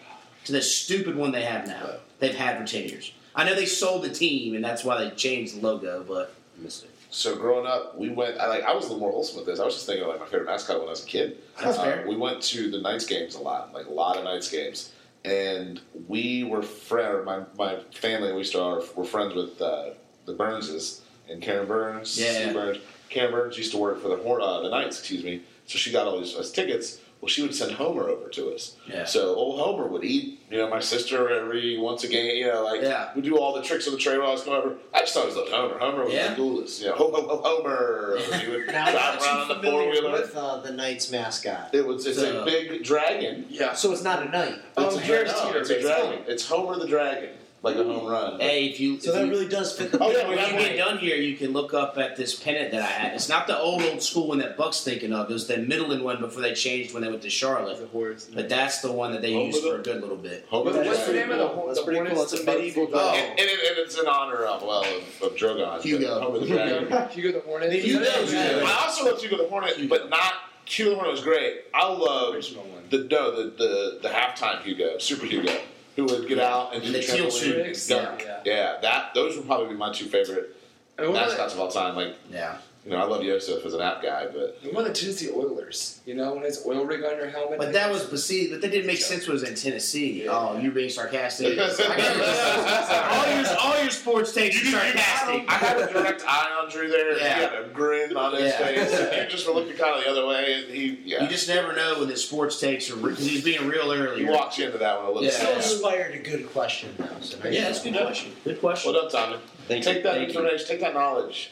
S4: to the stupid one they have now. They've had for ten years. I know they sold the team, and that's why they changed the logo. But
S6: Missed it.
S3: So growing up, we went. I like. I was a little more wholesome with this. I was just thinking like my favorite mascot when I was a kid.
S4: That's
S3: Uh,
S4: fair.
S3: We went to the Knights games a lot, like a lot of Knights games, and we were friend. My my family we still are, were friends with uh, the Burnses and Karen Burns.
S7: Yeah, yeah.
S3: Sue Burns. Karen Burns used to work for the Hor- uh, the Knights, excuse me. So she got all these us tickets. Well, she would send Homer over to us.
S7: Yeah.
S3: So old Homer would eat, you know, my sister every once a game, you know, like
S7: Yeah.
S3: we do all the tricks on the train rides, whatever. I just always loved Homer. Homer was
S7: Yeah.
S3: the coolest. You know, ho ho ho Homer. He would
S5: Now, I'm
S3: drive around
S5: not
S3: on the
S5: too
S3: four
S5: familiar
S3: wheeler.
S5: with uh, the Knight's mascot.
S3: It was it's
S7: So-
S3: a big dragon.
S7: Yeah.
S5: So it's not a knight.
S3: It's
S2: Oh,
S3: a
S2: here's
S3: dragon.
S2: Peter
S3: It's a
S2: Bates.
S3: dragon. It's Homer the Dragon, like a home run.
S7: Hey, if you
S5: So
S7: if
S5: that
S7: you-
S5: really does fit the
S3: Oh, yeah,
S7: when
S3: we
S7: you
S3: have
S7: get
S3: one.
S7: done here, you can look up at this pennant that I had. It's not the old old school one that Buck's thinking of. It was the Midland one before they changed when they went to Charlotte.
S2: The horse.
S7: But that's the one that they
S3: Oh,
S7: used
S3: but-
S7: for a good little bit.
S3: Homer the
S2: What's the
S3: Dragon.
S2: name of the horse?
S6: That's pretty cool. It's a medieval
S7: Oh.
S3: And,
S2: dog.
S3: and, it, and it's in honor of well of, of Drogon.
S7: Hugo.
S3: but Homer the Dragon.
S2: Hugo Hugo the Hornet.
S3: Hugo.
S2: Hugo.
S3: I also loved Hugo the Hornet, but not Hugo the Hornet was great. I loved
S2: Original one.
S3: the no the the, the halftime Hugo, Super Hugo, who would get out and do
S7: The teal
S3: trampoline
S7: suit.
S3: and dunk.
S2: Yeah.
S3: Yeah, that those would probably be my two favorite
S2: I mean, one of the-
S3: mascots of all time. Like
S7: Yeah.
S3: you know, I love Yosef as an app guy, but.
S2: The one of the Tennessee Oilers, you know, when it's oil rig on your helmet.
S7: But that was but see, but that didn't make sense. when It was in Tennessee.
S2: Yeah.
S7: Oh, you're being sarcastic. all
S3: I
S7: your all your sports takes are sarcastic.
S3: had a direct eye on Drew there. and He
S7: Yeah.
S3: had a grin on his
S7: Yeah.
S3: face. And you just were looking kind of the other way, and he
S7: You
S3: yeah,
S7: just never know when the sports takes are because he's being real early.
S3: he walked you into that one a little.
S7: Yeah.
S5: Still
S3: bit.
S5: inspired a good question though. So there you
S7: Yeah, that's a
S5: go.
S7: good question. Good question.
S3: Well done, Tommy.
S6: Thank
S3: take
S6: you.
S3: that
S6: Thank you.
S3: information, take that knowledge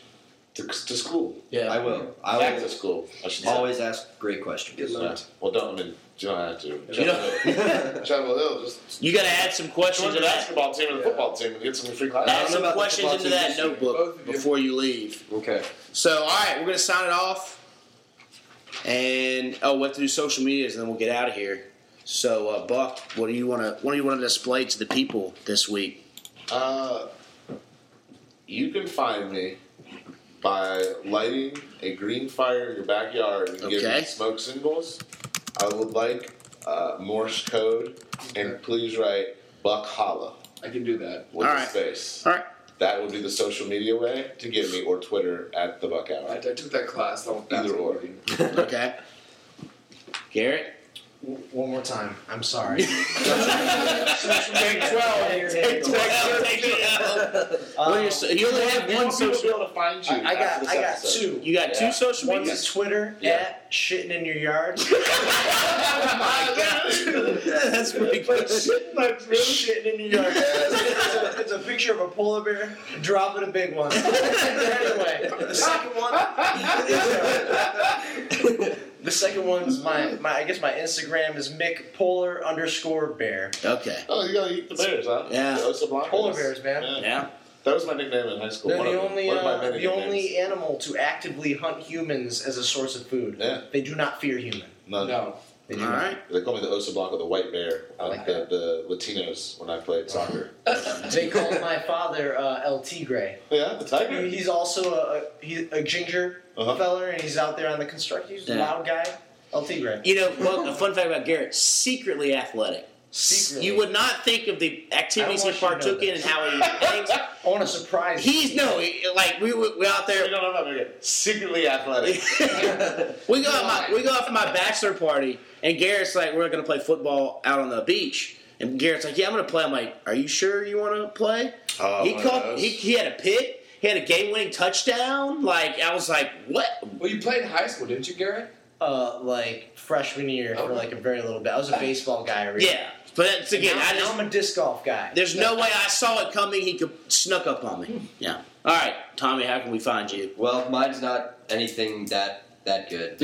S3: to, to school,
S7: Yeah.
S6: I will. I
S3: back
S6: will
S3: to school. I should say.
S6: always ask great questions.
S3: Yeah. Well, don't. I mean, you don't have to.
S7: You
S3: Chapel Hill- Chapel Hill, just
S4: You got to add some
S3: join
S4: questions
S3: the
S4: to that.
S3: basketball team and the
S2: Yeah.
S3: football team and get some free
S4: Add
S3: classes.
S6: know
S4: some
S6: about the
S4: questions
S6: football
S4: into
S6: team
S4: that
S6: this year.
S2: Both
S4: notebook
S2: of you.
S4: before you leave.
S6: Okay.
S4: So, all right, we're gonna sign it off, and oh, we have to do social medias, and then we'll get out of here. So, uh, Buck, what do you want to what do you want to display to the people this week?
S3: Uh, you can find me by lighting a green fire in your backyard and
S4: Okay.
S3: giving smoke signals. I would like uh, Morse code and please write Buck Holla
S2: I can do that.
S3: with
S4: All
S3: a
S4: right.
S3: space.
S4: All right,
S3: That would be the social media way to get me or Twitter at the Buck
S2: I, I
S3: Hour.
S2: took that class. I'll that's
S3: Either or.
S2: amazing.
S4: okay. Garrett,
S5: W- One more time. I'm sorry.
S3: Take 12.
S5: Take Um,
S4: What are your so- you only have one social.
S3: able to find you.
S5: I I got
S3: after this
S5: I got
S3: episode.
S5: two.
S4: You got two
S3: Yeah.
S4: social
S5: One's a
S4: medias.
S5: Twitter
S3: Yeah.
S5: at shitting in your yard.
S4: That's pretty good.
S5: Like real shitting in your yard. it's, a, it's a picture of a polar bear dropping a big one. anyway, the second one. the second one's my, my I guess my Instagram is Mick Polar underscore Bear.
S4: Okay.
S3: Oh, you gotta eat the bears, huh?
S4: Yeah.
S3: Those are blancos.
S5: Polar bears, man.
S3: Yeah.
S4: Yeah.
S3: That was my nickname in high school.
S5: They're
S3: One
S5: the
S3: of them.
S5: only
S3: One of my
S5: uh,
S3: many
S5: the
S3: nicknames.
S5: only animal to actively hunt humans as a source of food.
S3: Yeah.
S5: They do not fear human.
S3: None.
S2: No.
S5: They do
S4: All
S5: not.
S4: right.
S3: They call me the Osa Blanco, the white bear,
S5: I like
S3: like the, the Latinos when I played soccer.
S5: They call my father uh, El Tigre.
S3: yeah, the tiger.
S5: He's also a, a- he, a ginger
S3: Uh-huh.
S5: feller, and he's out there on the construction. He's a
S4: Yeah.
S5: loud guy. El Tigre.
S4: You know, Buck, a fun fact about Garrett: secretly athletic.
S5: Secretly.
S4: You would not think of the activities
S5: I
S4: he
S5: don't want you to
S4: partook
S5: know
S4: in and how he.
S5: I want to surprise
S4: He's no, he- like we were, we out there.
S3: You don't know about me yet. Secretly athletic.
S4: we go out my we go out for my bachelor party, and Garrett's like, "We're gonna play football out on the beach." And Garrett's like, "Yeah, I'm gonna play." I'm like, "Are you sure you want to play?"
S3: Oh,
S4: he
S3: one of
S4: caught.
S3: those.
S4: He, he had a pick. He had a game-winning touchdown. Like I was like, "What?"
S2: Well, you played in high school, didn't you, Garrett?
S5: uh, like freshman year for like a very little bit. I was a baseball guy. Really.
S4: Yeah, but that's, again,
S5: Now-
S4: I
S5: now
S4: just
S5: I'm a disc golf guy.
S4: there's no way I saw it coming. He could snuck up on me. Yeah. All right, Tommy, how can we find you?
S6: Well, mine's not anything that that good.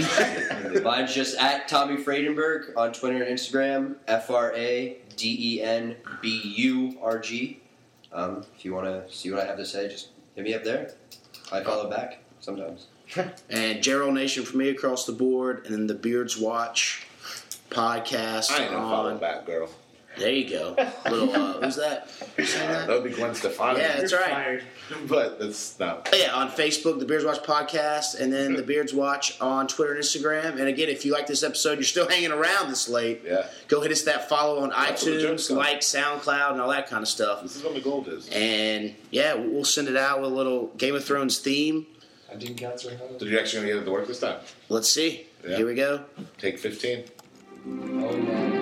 S6: mine's just at Tommy Freidenberg on Twitter and Instagram. F R A D E N B U R G. Um, if you want to see what I have to say, just hit me up there. I follow back sometimes.
S4: And Gerald Nation for me across the board, and then the Beards Watch podcast.
S3: I ain't gonna follow
S4: on-
S3: back, girl.
S4: There you go. Little, uh, who's that? Who's saying
S3: Uh,
S4: that?
S3: that would be Gwen Stefani.
S4: Yeah, that's right.
S5: Fired.
S3: but that's not.
S4: Oh, Yeah, on Facebook, the Beards Watch podcast, and then the Beards Watch on Twitter and Instagram. And again, if you like this episode, you're still hanging around this late.
S3: Yeah.
S4: Go hit us that follow on
S3: That's what the joke's
S4: iTunes,
S3: on.
S4: like SoundCloud, and all that kind of stuff.
S3: This is what the gold is.
S4: And yeah, we- we'll send it out with a little Game of Thrones theme.
S2: I didn't catch her.
S3: Did you actually gonna get it to work this time?
S4: Let's see.
S3: Yeah.
S4: Here we go.
S3: Take fifteen.
S2: Oh, yeah.